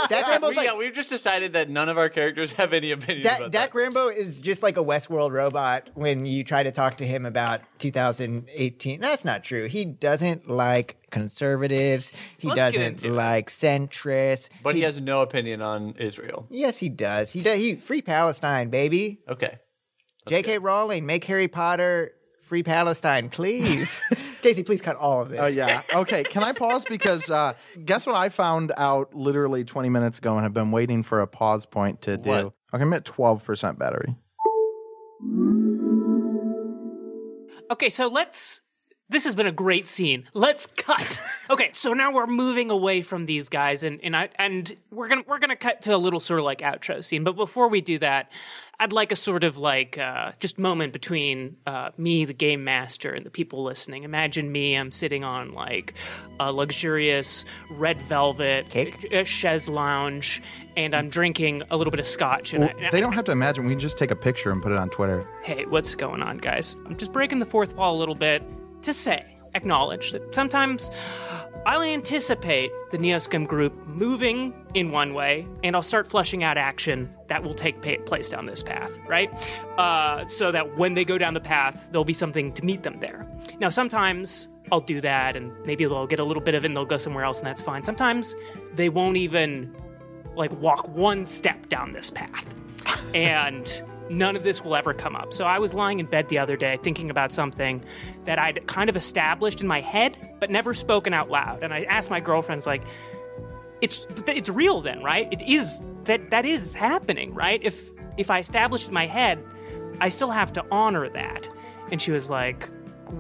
Speaker 4: Dak Rambo's
Speaker 3: We,
Speaker 4: like,
Speaker 3: yeah, we've just decided that none of our characters have any opinion
Speaker 4: Da-
Speaker 3: about
Speaker 4: Dak
Speaker 3: that.
Speaker 4: Rambo is just like a Westworld robot when you try to talk to him about 2018. That's not true. He doesn't like conservatives. He
Speaker 1: Let's get
Speaker 4: doesn't
Speaker 1: into it.
Speaker 4: like centrists.
Speaker 3: But he has no opinion on Israel.
Speaker 4: Yes, he does. He does. He free Palestine, baby.
Speaker 3: Okay.
Speaker 4: J.K. Rowling, make Harry Potter free Palestine, please. Casey, please cut all of this.
Speaker 2: Oh yeah. Okay. Can I pause because uh, guess what I found out literally 20 minutes ago, and I've been waiting for a pause point to do.
Speaker 3: What?
Speaker 2: Okay, I'm at 12 percent battery.
Speaker 1: Okay, so let's. This has been a great scene. Let's cut. okay, so now we're moving away from these guys, and and I and we're gonna we're gonna cut to a little sort of like outro scene. But before we do that, I'd like a sort of like uh, just moment between uh, me, the game master, and the people listening. Imagine me. I'm sitting on like a luxurious red velvet
Speaker 4: Cake?
Speaker 1: uh, chaise lounge, and I'm drinking a little bit of scotch. And, I, and
Speaker 2: They don't have to imagine. We can just take a picture and put it on Twitter.
Speaker 1: hey, what's going on, guys? I'm just breaking the fourth wall a little bit to say, acknowledge that sometimes I'll anticipate the Neoscum group moving in one way, and I'll start flushing out action that will take pa- place down this path, right? Uh, so that when they go down the path, there'll be something to meet them there. Now, sometimes I'll do that, and maybe they'll get a little bit of it and they'll go somewhere else, and that's fine. Sometimes they won't even like walk one step down this path and none of this will ever come up. So I was lying in bed the other day thinking about something that I'd kind of established in my head but never spoken out loud. And I asked my girlfriend, like, it's but th- it's real then, right? It is that that is happening, right? If if I establish it in my head, I still have to honor that. And she was like,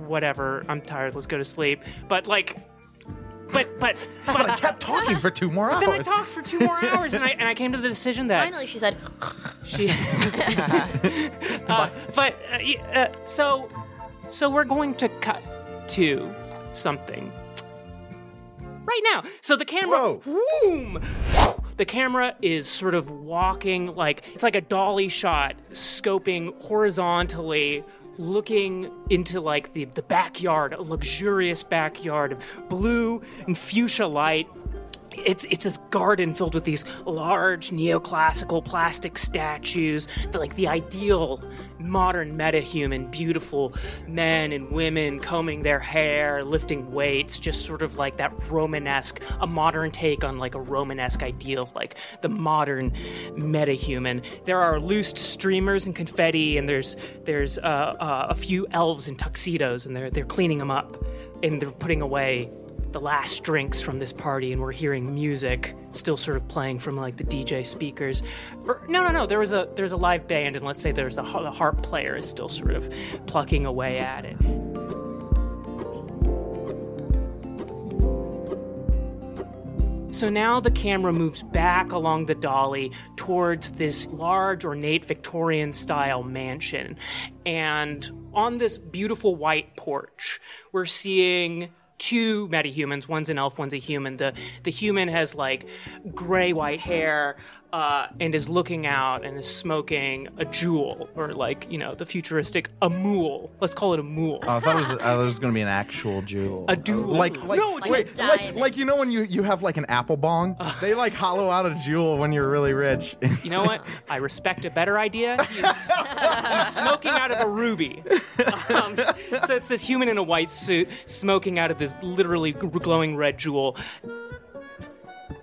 Speaker 1: whatever, I'm tired, let's go to sleep. But like but but but,
Speaker 2: kept talking for two more hours.
Speaker 1: then I talked for two more hours and I and I came to the decision that
Speaker 5: Finally, she said,
Speaker 1: she. Uh, but uh, y- uh, so so we're going to cut to something right now. So the camera,
Speaker 2: Whoa.
Speaker 1: boom, the camera is sort of walking like it's like a dolly shot, scoping horizontally. Looking into like the, the backyard, a luxurious backyard of blue and fuchsia light, it's it's this garden filled with these large neoclassical plastic statues, the, like the ideal modern metahuman, beautiful men and women combing their hair, lifting weights, just sort of like that Romanesque, a modern take on like a Romanesque ideal of like the modern metahuman. There are loosed streamers and confetti, and there's there's uh, uh, a few elves in tuxedos, and they're they're cleaning them up, and they're putting away the last drinks from this party and we're hearing music still sort of playing from like the DJ speakers. Or, no, no, no. There was a there's a live band and let's say there's a har- the harp player is still sort of plucking away at it. So now the camera moves back along the dolly towards this large, ornate Victorian style mansion. And on this beautiful white porch, we're seeing two metahumans one's an elf one's a human the the human has like gray white hair uh, and is looking out and is smoking a jewel or like you know the futuristic a mool let's call it a mool
Speaker 2: Oh, I thought it was, I thought it was going to be an actual jewel.
Speaker 1: a duel
Speaker 7: Like, like,
Speaker 1: no it's
Speaker 5: Like a
Speaker 7: wait, like,
Speaker 5: diamond.
Speaker 7: like you know when you, you have like an apple bong, they like hollow out a jewel when you're really rich.
Speaker 1: You know what? I respect a better idea. He's, he's smoking out of a ruby. Um, so it's this human in a white suit smoking out of this literally g- glowing red jewel.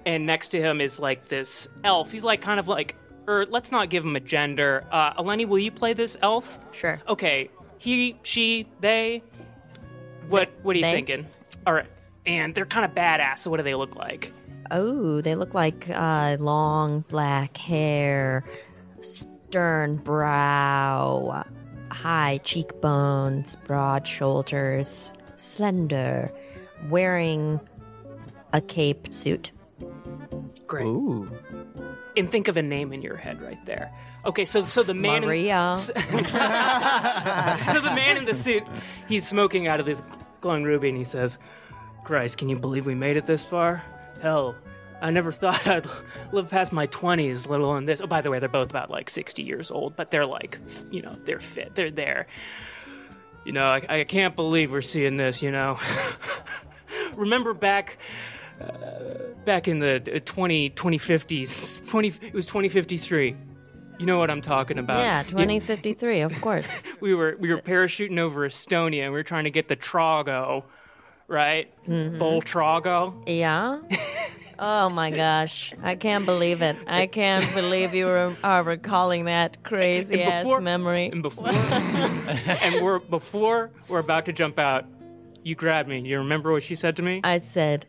Speaker 1: And next to him is like this elf. He's like kind of like, or let's not give him a gender. Uh, Eleni, will you play this elf?
Speaker 5: Sure.
Speaker 1: Okay. He, she, they. What? What are you
Speaker 5: They.
Speaker 1: thinking? All right. And they're kind of badass. So what do they look like?
Speaker 5: Oh, they look like uh, long black hair, stern brow, high cheekbones, broad shoulders, slender, wearing a cape suit.
Speaker 1: Great. And think of a name in your head right there. Okay, so so the man
Speaker 5: Maria.
Speaker 1: In, so the man in the suit, he's smoking out of this glowing ruby, and he says, "Christ, can you believe we made it this far? Hell." I never thought I'd live past my 20s, let alone this. Oh, by the way, they're both about like 60 years old, but they're like, you know, they're fit. They're there. You know, I, I can't believe we're seeing this, you know. Remember back back in the uh, 20 2050s 20 it was 2053 you know what i'm talking about
Speaker 5: Yeah, 2053, of course.
Speaker 1: we were we were parachuting over estonia and we were trying to get the trago right
Speaker 5: Mm-hmm.
Speaker 1: bull trago
Speaker 5: Yeah? Oh my gosh. I can't believe it. I can't believe you were, are recalling that crazy ass
Speaker 1: before-
Speaker 5: memory.
Speaker 1: and before and we're before we're about to jump out you grabbed me you remember what she said to me
Speaker 5: I said,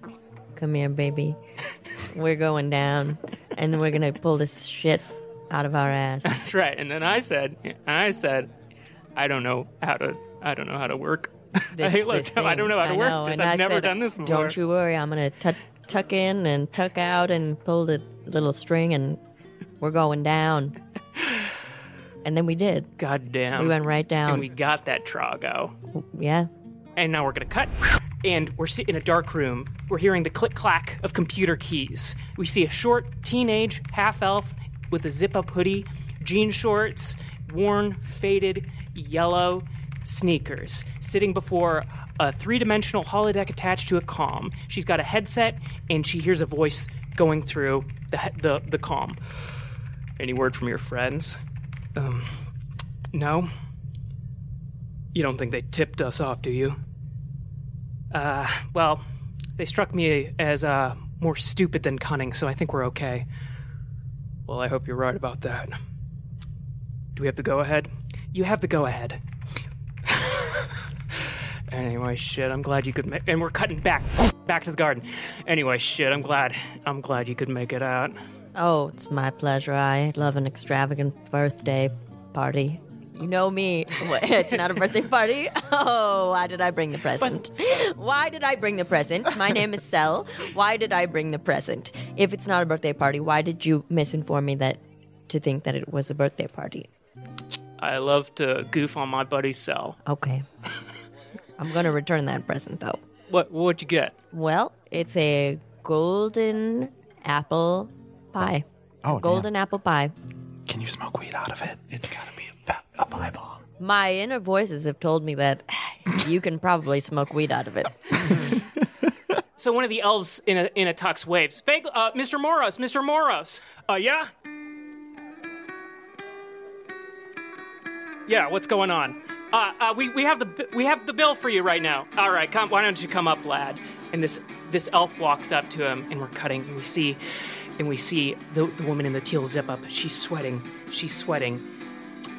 Speaker 5: Come here, baby. We're going down and we're going to pull this shit out of our ass.
Speaker 1: that's right and then i said and i said i don't know how to i don't know how to work
Speaker 5: This,
Speaker 1: Hey, look,
Speaker 5: this
Speaker 1: I don't
Speaker 5: thing.
Speaker 1: know how to work this.
Speaker 5: and
Speaker 1: I've
Speaker 5: I
Speaker 1: never
Speaker 5: said,
Speaker 1: done this before.
Speaker 5: Don't you worry. I'm going to tuck in and tuck out and pull the little string and we're going down. And then we did.
Speaker 1: god damn
Speaker 5: We went right down.
Speaker 1: and we got that trago
Speaker 5: yeah.
Speaker 1: and now we're gonna cut. And we're sitting in a dark room. We're hearing the click clack of computer keys. We see a short teenage half elf with a zip up hoodie, jean shorts, worn, faded, yellow sneakers, sitting before a three dimensional holodeck attached to a comm. She's got a headset and she hears a voice going through the, he- the, the comm. Any word from your friends? Um, no? You don't think they tipped us off, do you? Uh, well, they struck me as uh, more stupid than cunning, so I think we're okay. Well, I hope you're right about that. Do we have the go ahead? You have the go ahead. anyway, shit, I'm glad you could make. And we're cutting back, back to the garden. Anyway, shit, I'm glad. I'm glad you could make it out.
Speaker 5: Oh, it's my pleasure. I love an extravagant birthday party. You know me. What, it's not a birthday party. Oh, why did I bring the present? Why did I bring the present? My name is Sel. Why did I bring the present? If it's not a birthday party, why did you misinform me that to think that it was a birthday party?
Speaker 1: I love to goof on my buddy Cell.
Speaker 5: Okay. I'm going to return that present though.
Speaker 1: What what'd you get?
Speaker 5: Well, it's a golden apple pie.
Speaker 2: Oh,
Speaker 5: a golden apple pie.
Speaker 2: Can you smoke weed out of it? It's gotta be a, ba- a pie bomb.
Speaker 5: My inner voices have told me that you can probably smoke weed out of it.
Speaker 1: So one of the elves in a in a tux waves. Fag- uh, Mr. Moros, Mr. Moros. Uh, yeah. Yeah, what's going on? Uh, uh, we we have the bi- we have the bill for you right now. All right, come. Why don't you come up, lad? And this this elf walks up to him, and we're cutting, and we see, and we see the the woman in the teal zip up. She's sweating. She's sweating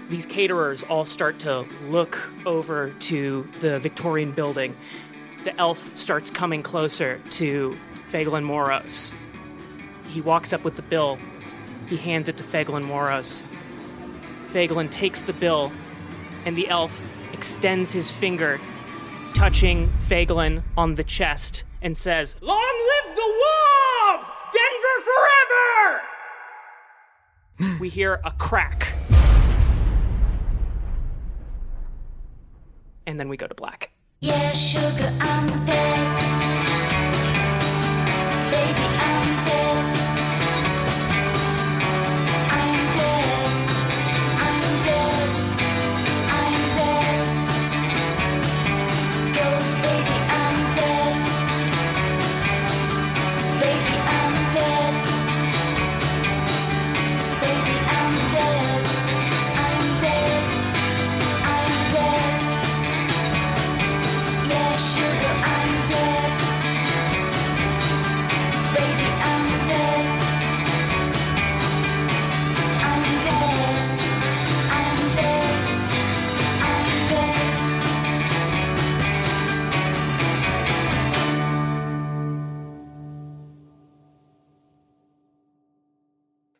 Speaker 1: these caterers all start to look over to the Victorian building. The elf starts coming closer to Fagelin Moros. He walks up with the bill. He hands it to Fagelin Moros. Fagelin takes the bill, and the elf extends his finger, touching Fagelin on the chest, and says, Long live the Wob! Denver forever! we hear a crack. and then we go to black.
Speaker 10: Yeah, sugar, I'm dead. Baby, I'm dead. I'm dead. I'm dead. I'm dead. Girls, baby, I'm dead. Baby, I'm dead. Baby, I'm dead. I'm dead. I'm dead. Yeah, sugar, I'm dead. Baby, I'm dead. I'm dead. I'm dead. I'm dead.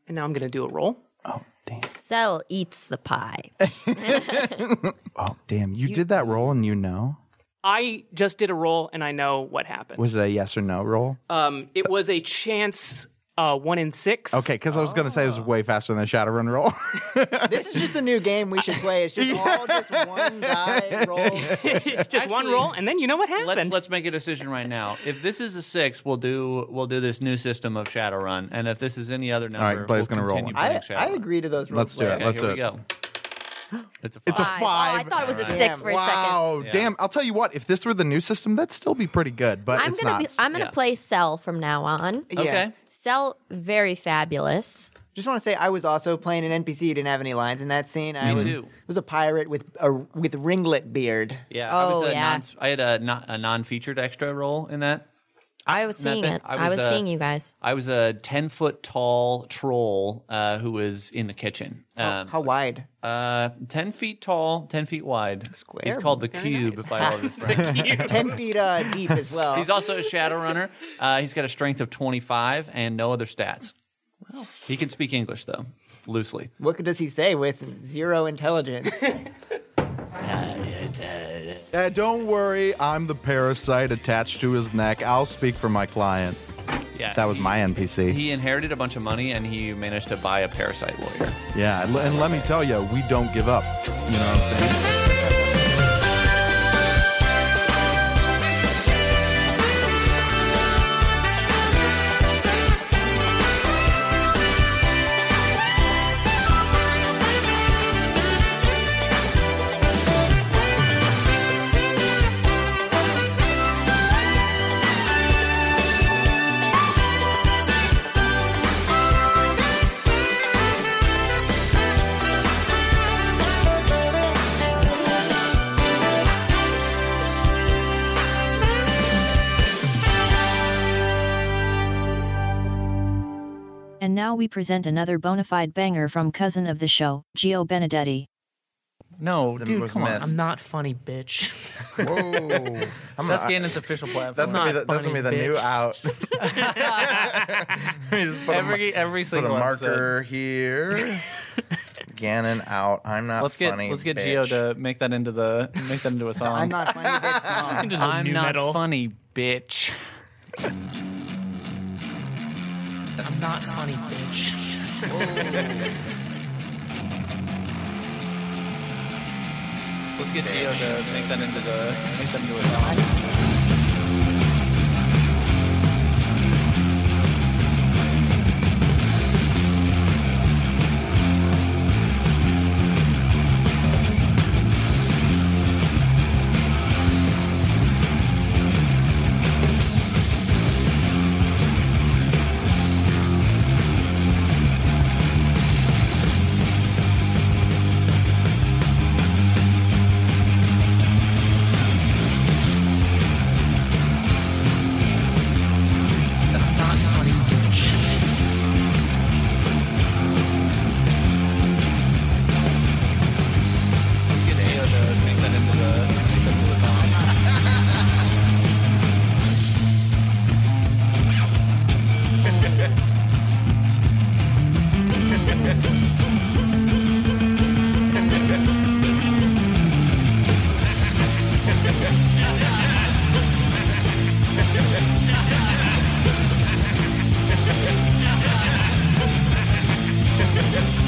Speaker 1: And now I'm going to do a roll.
Speaker 2: Oh, damn.
Speaker 5: Cell eats the pie.
Speaker 2: Oh, damn. You, did that roll and you know?
Speaker 1: I just did a roll and I know what happened.
Speaker 2: Was it a yes or no roll?
Speaker 1: Um, it was a chance uh, one in six.
Speaker 2: okay, because I was gonna say it was way faster than the Shadowrun roll.
Speaker 4: This is just the new game we should play. It's just all just one die roll.
Speaker 1: just one roll, and then you know what
Speaker 3: Let's
Speaker 1: happened.
Speaker 3: let's make a decision right now. If this is a six, we'll do we'll do this new system of Shadowrun, and if this is any other number,
Speaker 2: right, Blair's
Speaker 3: we'll
Speaker 2: gonna roll
Speaker 3: continue
Speaker 2: one.
Speaker 4: I,
Speaker 3: playing
Speaker 4: I
Speaker 3: Shadowrun.
Speaker 4: agree to those rules.
Speaker 2: Let's do it.
Speaker 4: Blair.
Speaker 3: Okay,
Speaker 2: Let's
Speaker 3: here
Speaker 2: do
Speaker 3: we go. uh, It's a five.
Speaker 2: It's a
Speaker 5: Five.
Speaker 2: five.
Speaker 5: Oh, I thought it was a
Speaker 4: Alright.
Speaker 5: six for a second.
Speaker 2: Wow, Oh, damn! I'll tell you what. If this were the new system, that'd still be pretty good. But
Speaker 5: I'm
Speaker 2: it's
Speaker 5: gonna
Speaker 2: not.
Speaker 5: be, I'm gonna
Speaker 3: Yeah.
Speaker 5: play Cell from now on.
Speaker 4: Yeah.
Speaker 3: Okay.
Speaker 5: Cell very fabulous.
Speaker 4: Just want to say I was also playing an NPC. who Didn't have any lines in that scene. I
Speaker 3: Me
Speaker 4: was
Speaker 3: too.
Speaker 4: was a pirate with a with ringlet beard.
Speaker 3: Yeah, I was
Speaker 5: Oh,
Speaker 3: a
Speaker 5: yeah.
Speaker 3: Non, I had a, non, a non-featured extra role in that.
Speaker 5: I was seeing
Speaker 3: Nothing.
Speaker 5: it.
Speaker 3: I
Speaker 5: I was,
Speaker 3: was, uh,
Speaker 5: seeing you guys.
Speaker 3: I was a ten foot tall troll uh, who was in the kitchen.
Speaker 4: Oh.
Speaker 3: Um,
Speaker 4: How wide?
Speaker 3: uh, ten feet tall, ten feet wide.
Speaker 4: Square.
Speaker 3: He's called the cube by all of his friends.
Speaker 4: Ten feet uh, deep as well.
Speaker 3: He's also a shadow runner. Uh, he's got a strength of twenty five and no other stats. He can speak English though, loosely.
Speaker 4: what does he say with zero intelligence?
Speaker 2: Uh, don't worry. I'm the parasite attached to his neck. I'll speak for my client.
Speaker 3: Yeah,
Speaker 2: That was
Speaker 3: he-
Speaker 2: my NPC.
Speaker 3: He inherited a bunch of money and he managed to buy a parasite lawyer.
Speaker 2: yeah, and- and let me tell you, we don't give up. You know what I'm saying?
Speaker 11: And now we present another bona fide banger from cousin of the show, Gio Benedetti.
Speaker 3: No,
Speaker 2: Them
Speaker 3: dude,
Speaker 2: was
Speaker 3: come on.
Speaker 2: missed.
Speaker 1: I'm not funny, bitch.
Speaker 2: Whoa. I'm
Speaker 3: That's
Speaker 2: not-
Speaker 3: Ganon's official platform.
Speaker 2: That's gonna be
Speaker 1: not
Speaker 2: the, that's gonna be
Speaker 1: funny,
Speaker 2: the new
Speaker 1: bitch.
Speaker 2: out. Let me just put a mar-
Speaker 8: Every every
Speaker 2: put a
Speaker 8: single episode.
Speaker 2: marker here. Gannon out. I'm not
Speaker 8: Let's get
Speaker 2: funny.
Speaker 8: let's get
Speaker 2: bitch.
Speaker 8: Gio to make that into the make that into a song.
Speaker 4: I'm not funny. bitch song.
Speaker 1: I'm
Speaker 8: I'm
Speaker 1: new
Speaker 8: not
Speaker 1: metal.
Speaker 8: funny, bitch.
Speaker 1: I'm not funny, bitch.
Speaker 8: Let's get Gio to make that into the make that into a song.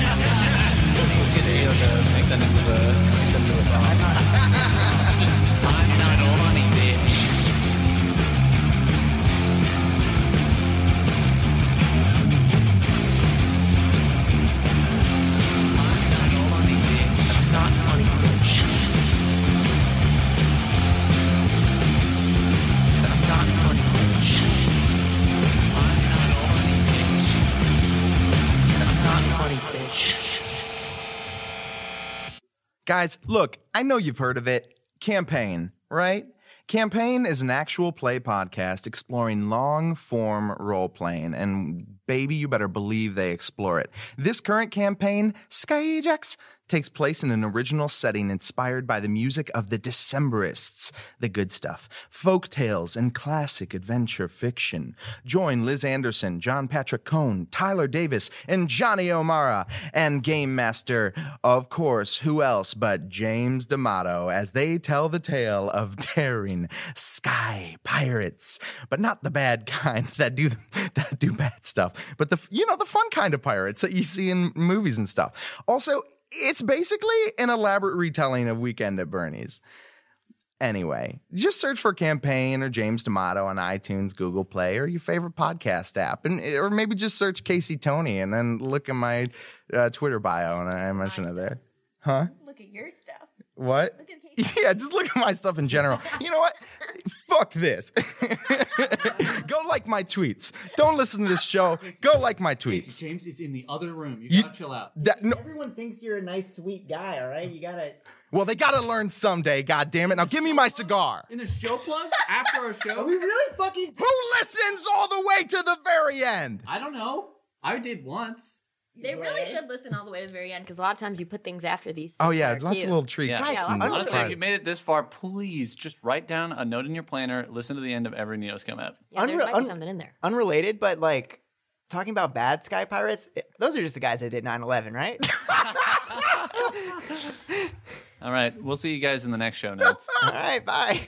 Speaker 12: Let's get Taylor to make that into the make that into a song. I'm not, I'm not on it, bitch. I'm not on it, bitch. That's not funny, bitch. That's not funny, bitch. I'm not on it, bitch. That's not funny, bitch.
Speaker 2: Guys, look, I know you've heard of it. Campaign, right? Campaign is an actual play podcast exploring long form role playing, and baby, you better believe they explore it. This current campaign, Sky Ajax, takes place in an original setting inspired by the music of the Decemberists, the good stuff, folk tales, and classic adventure fiction. Join Liz Anderson, John Patrick Cohn, Tyler Davis, and Johnny O'Mara, and Game Master, of course, who else but James D'Amato, as they tell the tale of daring sky pirates, but not the bad kind that do that do bad stuff, but the you know the fun kind of pirates that you see in movies and stuff. Also, it's basically an elaborate retelling of Weekend at Bernie's. Anyway, just search for Campaign or James D'Amato on iTunes, Google Play, or your favorite podcast app, and eh, or maybe just search Casey Tony and then look at my uh, Twitter bio and I mention it there.
Speaker 13: Look at your stuff.
Speaker 2: What? yeah, just look at my stuff in general. You know what? Fuck this. Go like my tweets. Don't listen to this show. Go like my tweets.
Speaker 3: James is in the other room.
Speaker 2: You- gotta
Speaker 3: chill out.
Speaker 2: That- no-
Speaker 4: Everyone thinks you're a nice, sweet guy, all right? You gotta.
Speaker 2: well, they gotta learn someday. God damn it! Now give me my cigar.
Speaker 3: In the show plug after our show.
Speaker 4: really fucking.
Speaker 2: Who listens all the way to the very end?
Speaker 3: I don't know. I did once.
Speaker 13: They really should listen all the way to the very end because a lot of times you put things after these.
Speaker 2: Oh
Speaker 13: things
Speaker 2: yeah,
Speaker 13: that are
Speaker 2: lots
Speaker 13: cute.
Speaker 2: of little treats.
Speaker 3: Yeah.
Speaker 13: Yeah,
Speaker 2: I'm
Speaker 13: lots of
Speaker 2: sorry.
Speaker 13: little
Speaker 3: Honestly, if you made it this far, please just write down a note in your planner. Listen to the end of every Neoscom app.
Speaker 13: Yeah, there
Speaker 4: Unre-
Speaker 13: might be
Speaker 4: un-
Speaker 13: something in there.
Speaker 4: Unrelated, but like talking about bad sky pirates, it- those are just the guys that did 9 11, right?
Speaker 3: All right, we'll see you guys in the next show notes.
Speaker 4: all right, bye.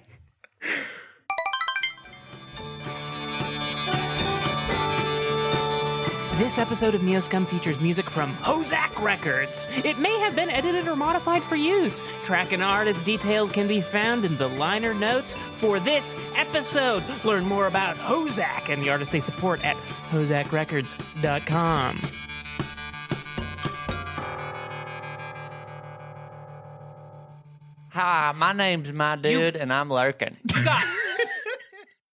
Speaker 1: This episode of Neoscum features music from Hozak Records. It may have been edited or modified for use. Track and artist details can be found in the liner notes for this episode. Learn more about Hozak and the artists they support at hozakrecords.com.
Speaker 3: Hi, my name's my dude, and I'm lurking.
Speaker 1: You got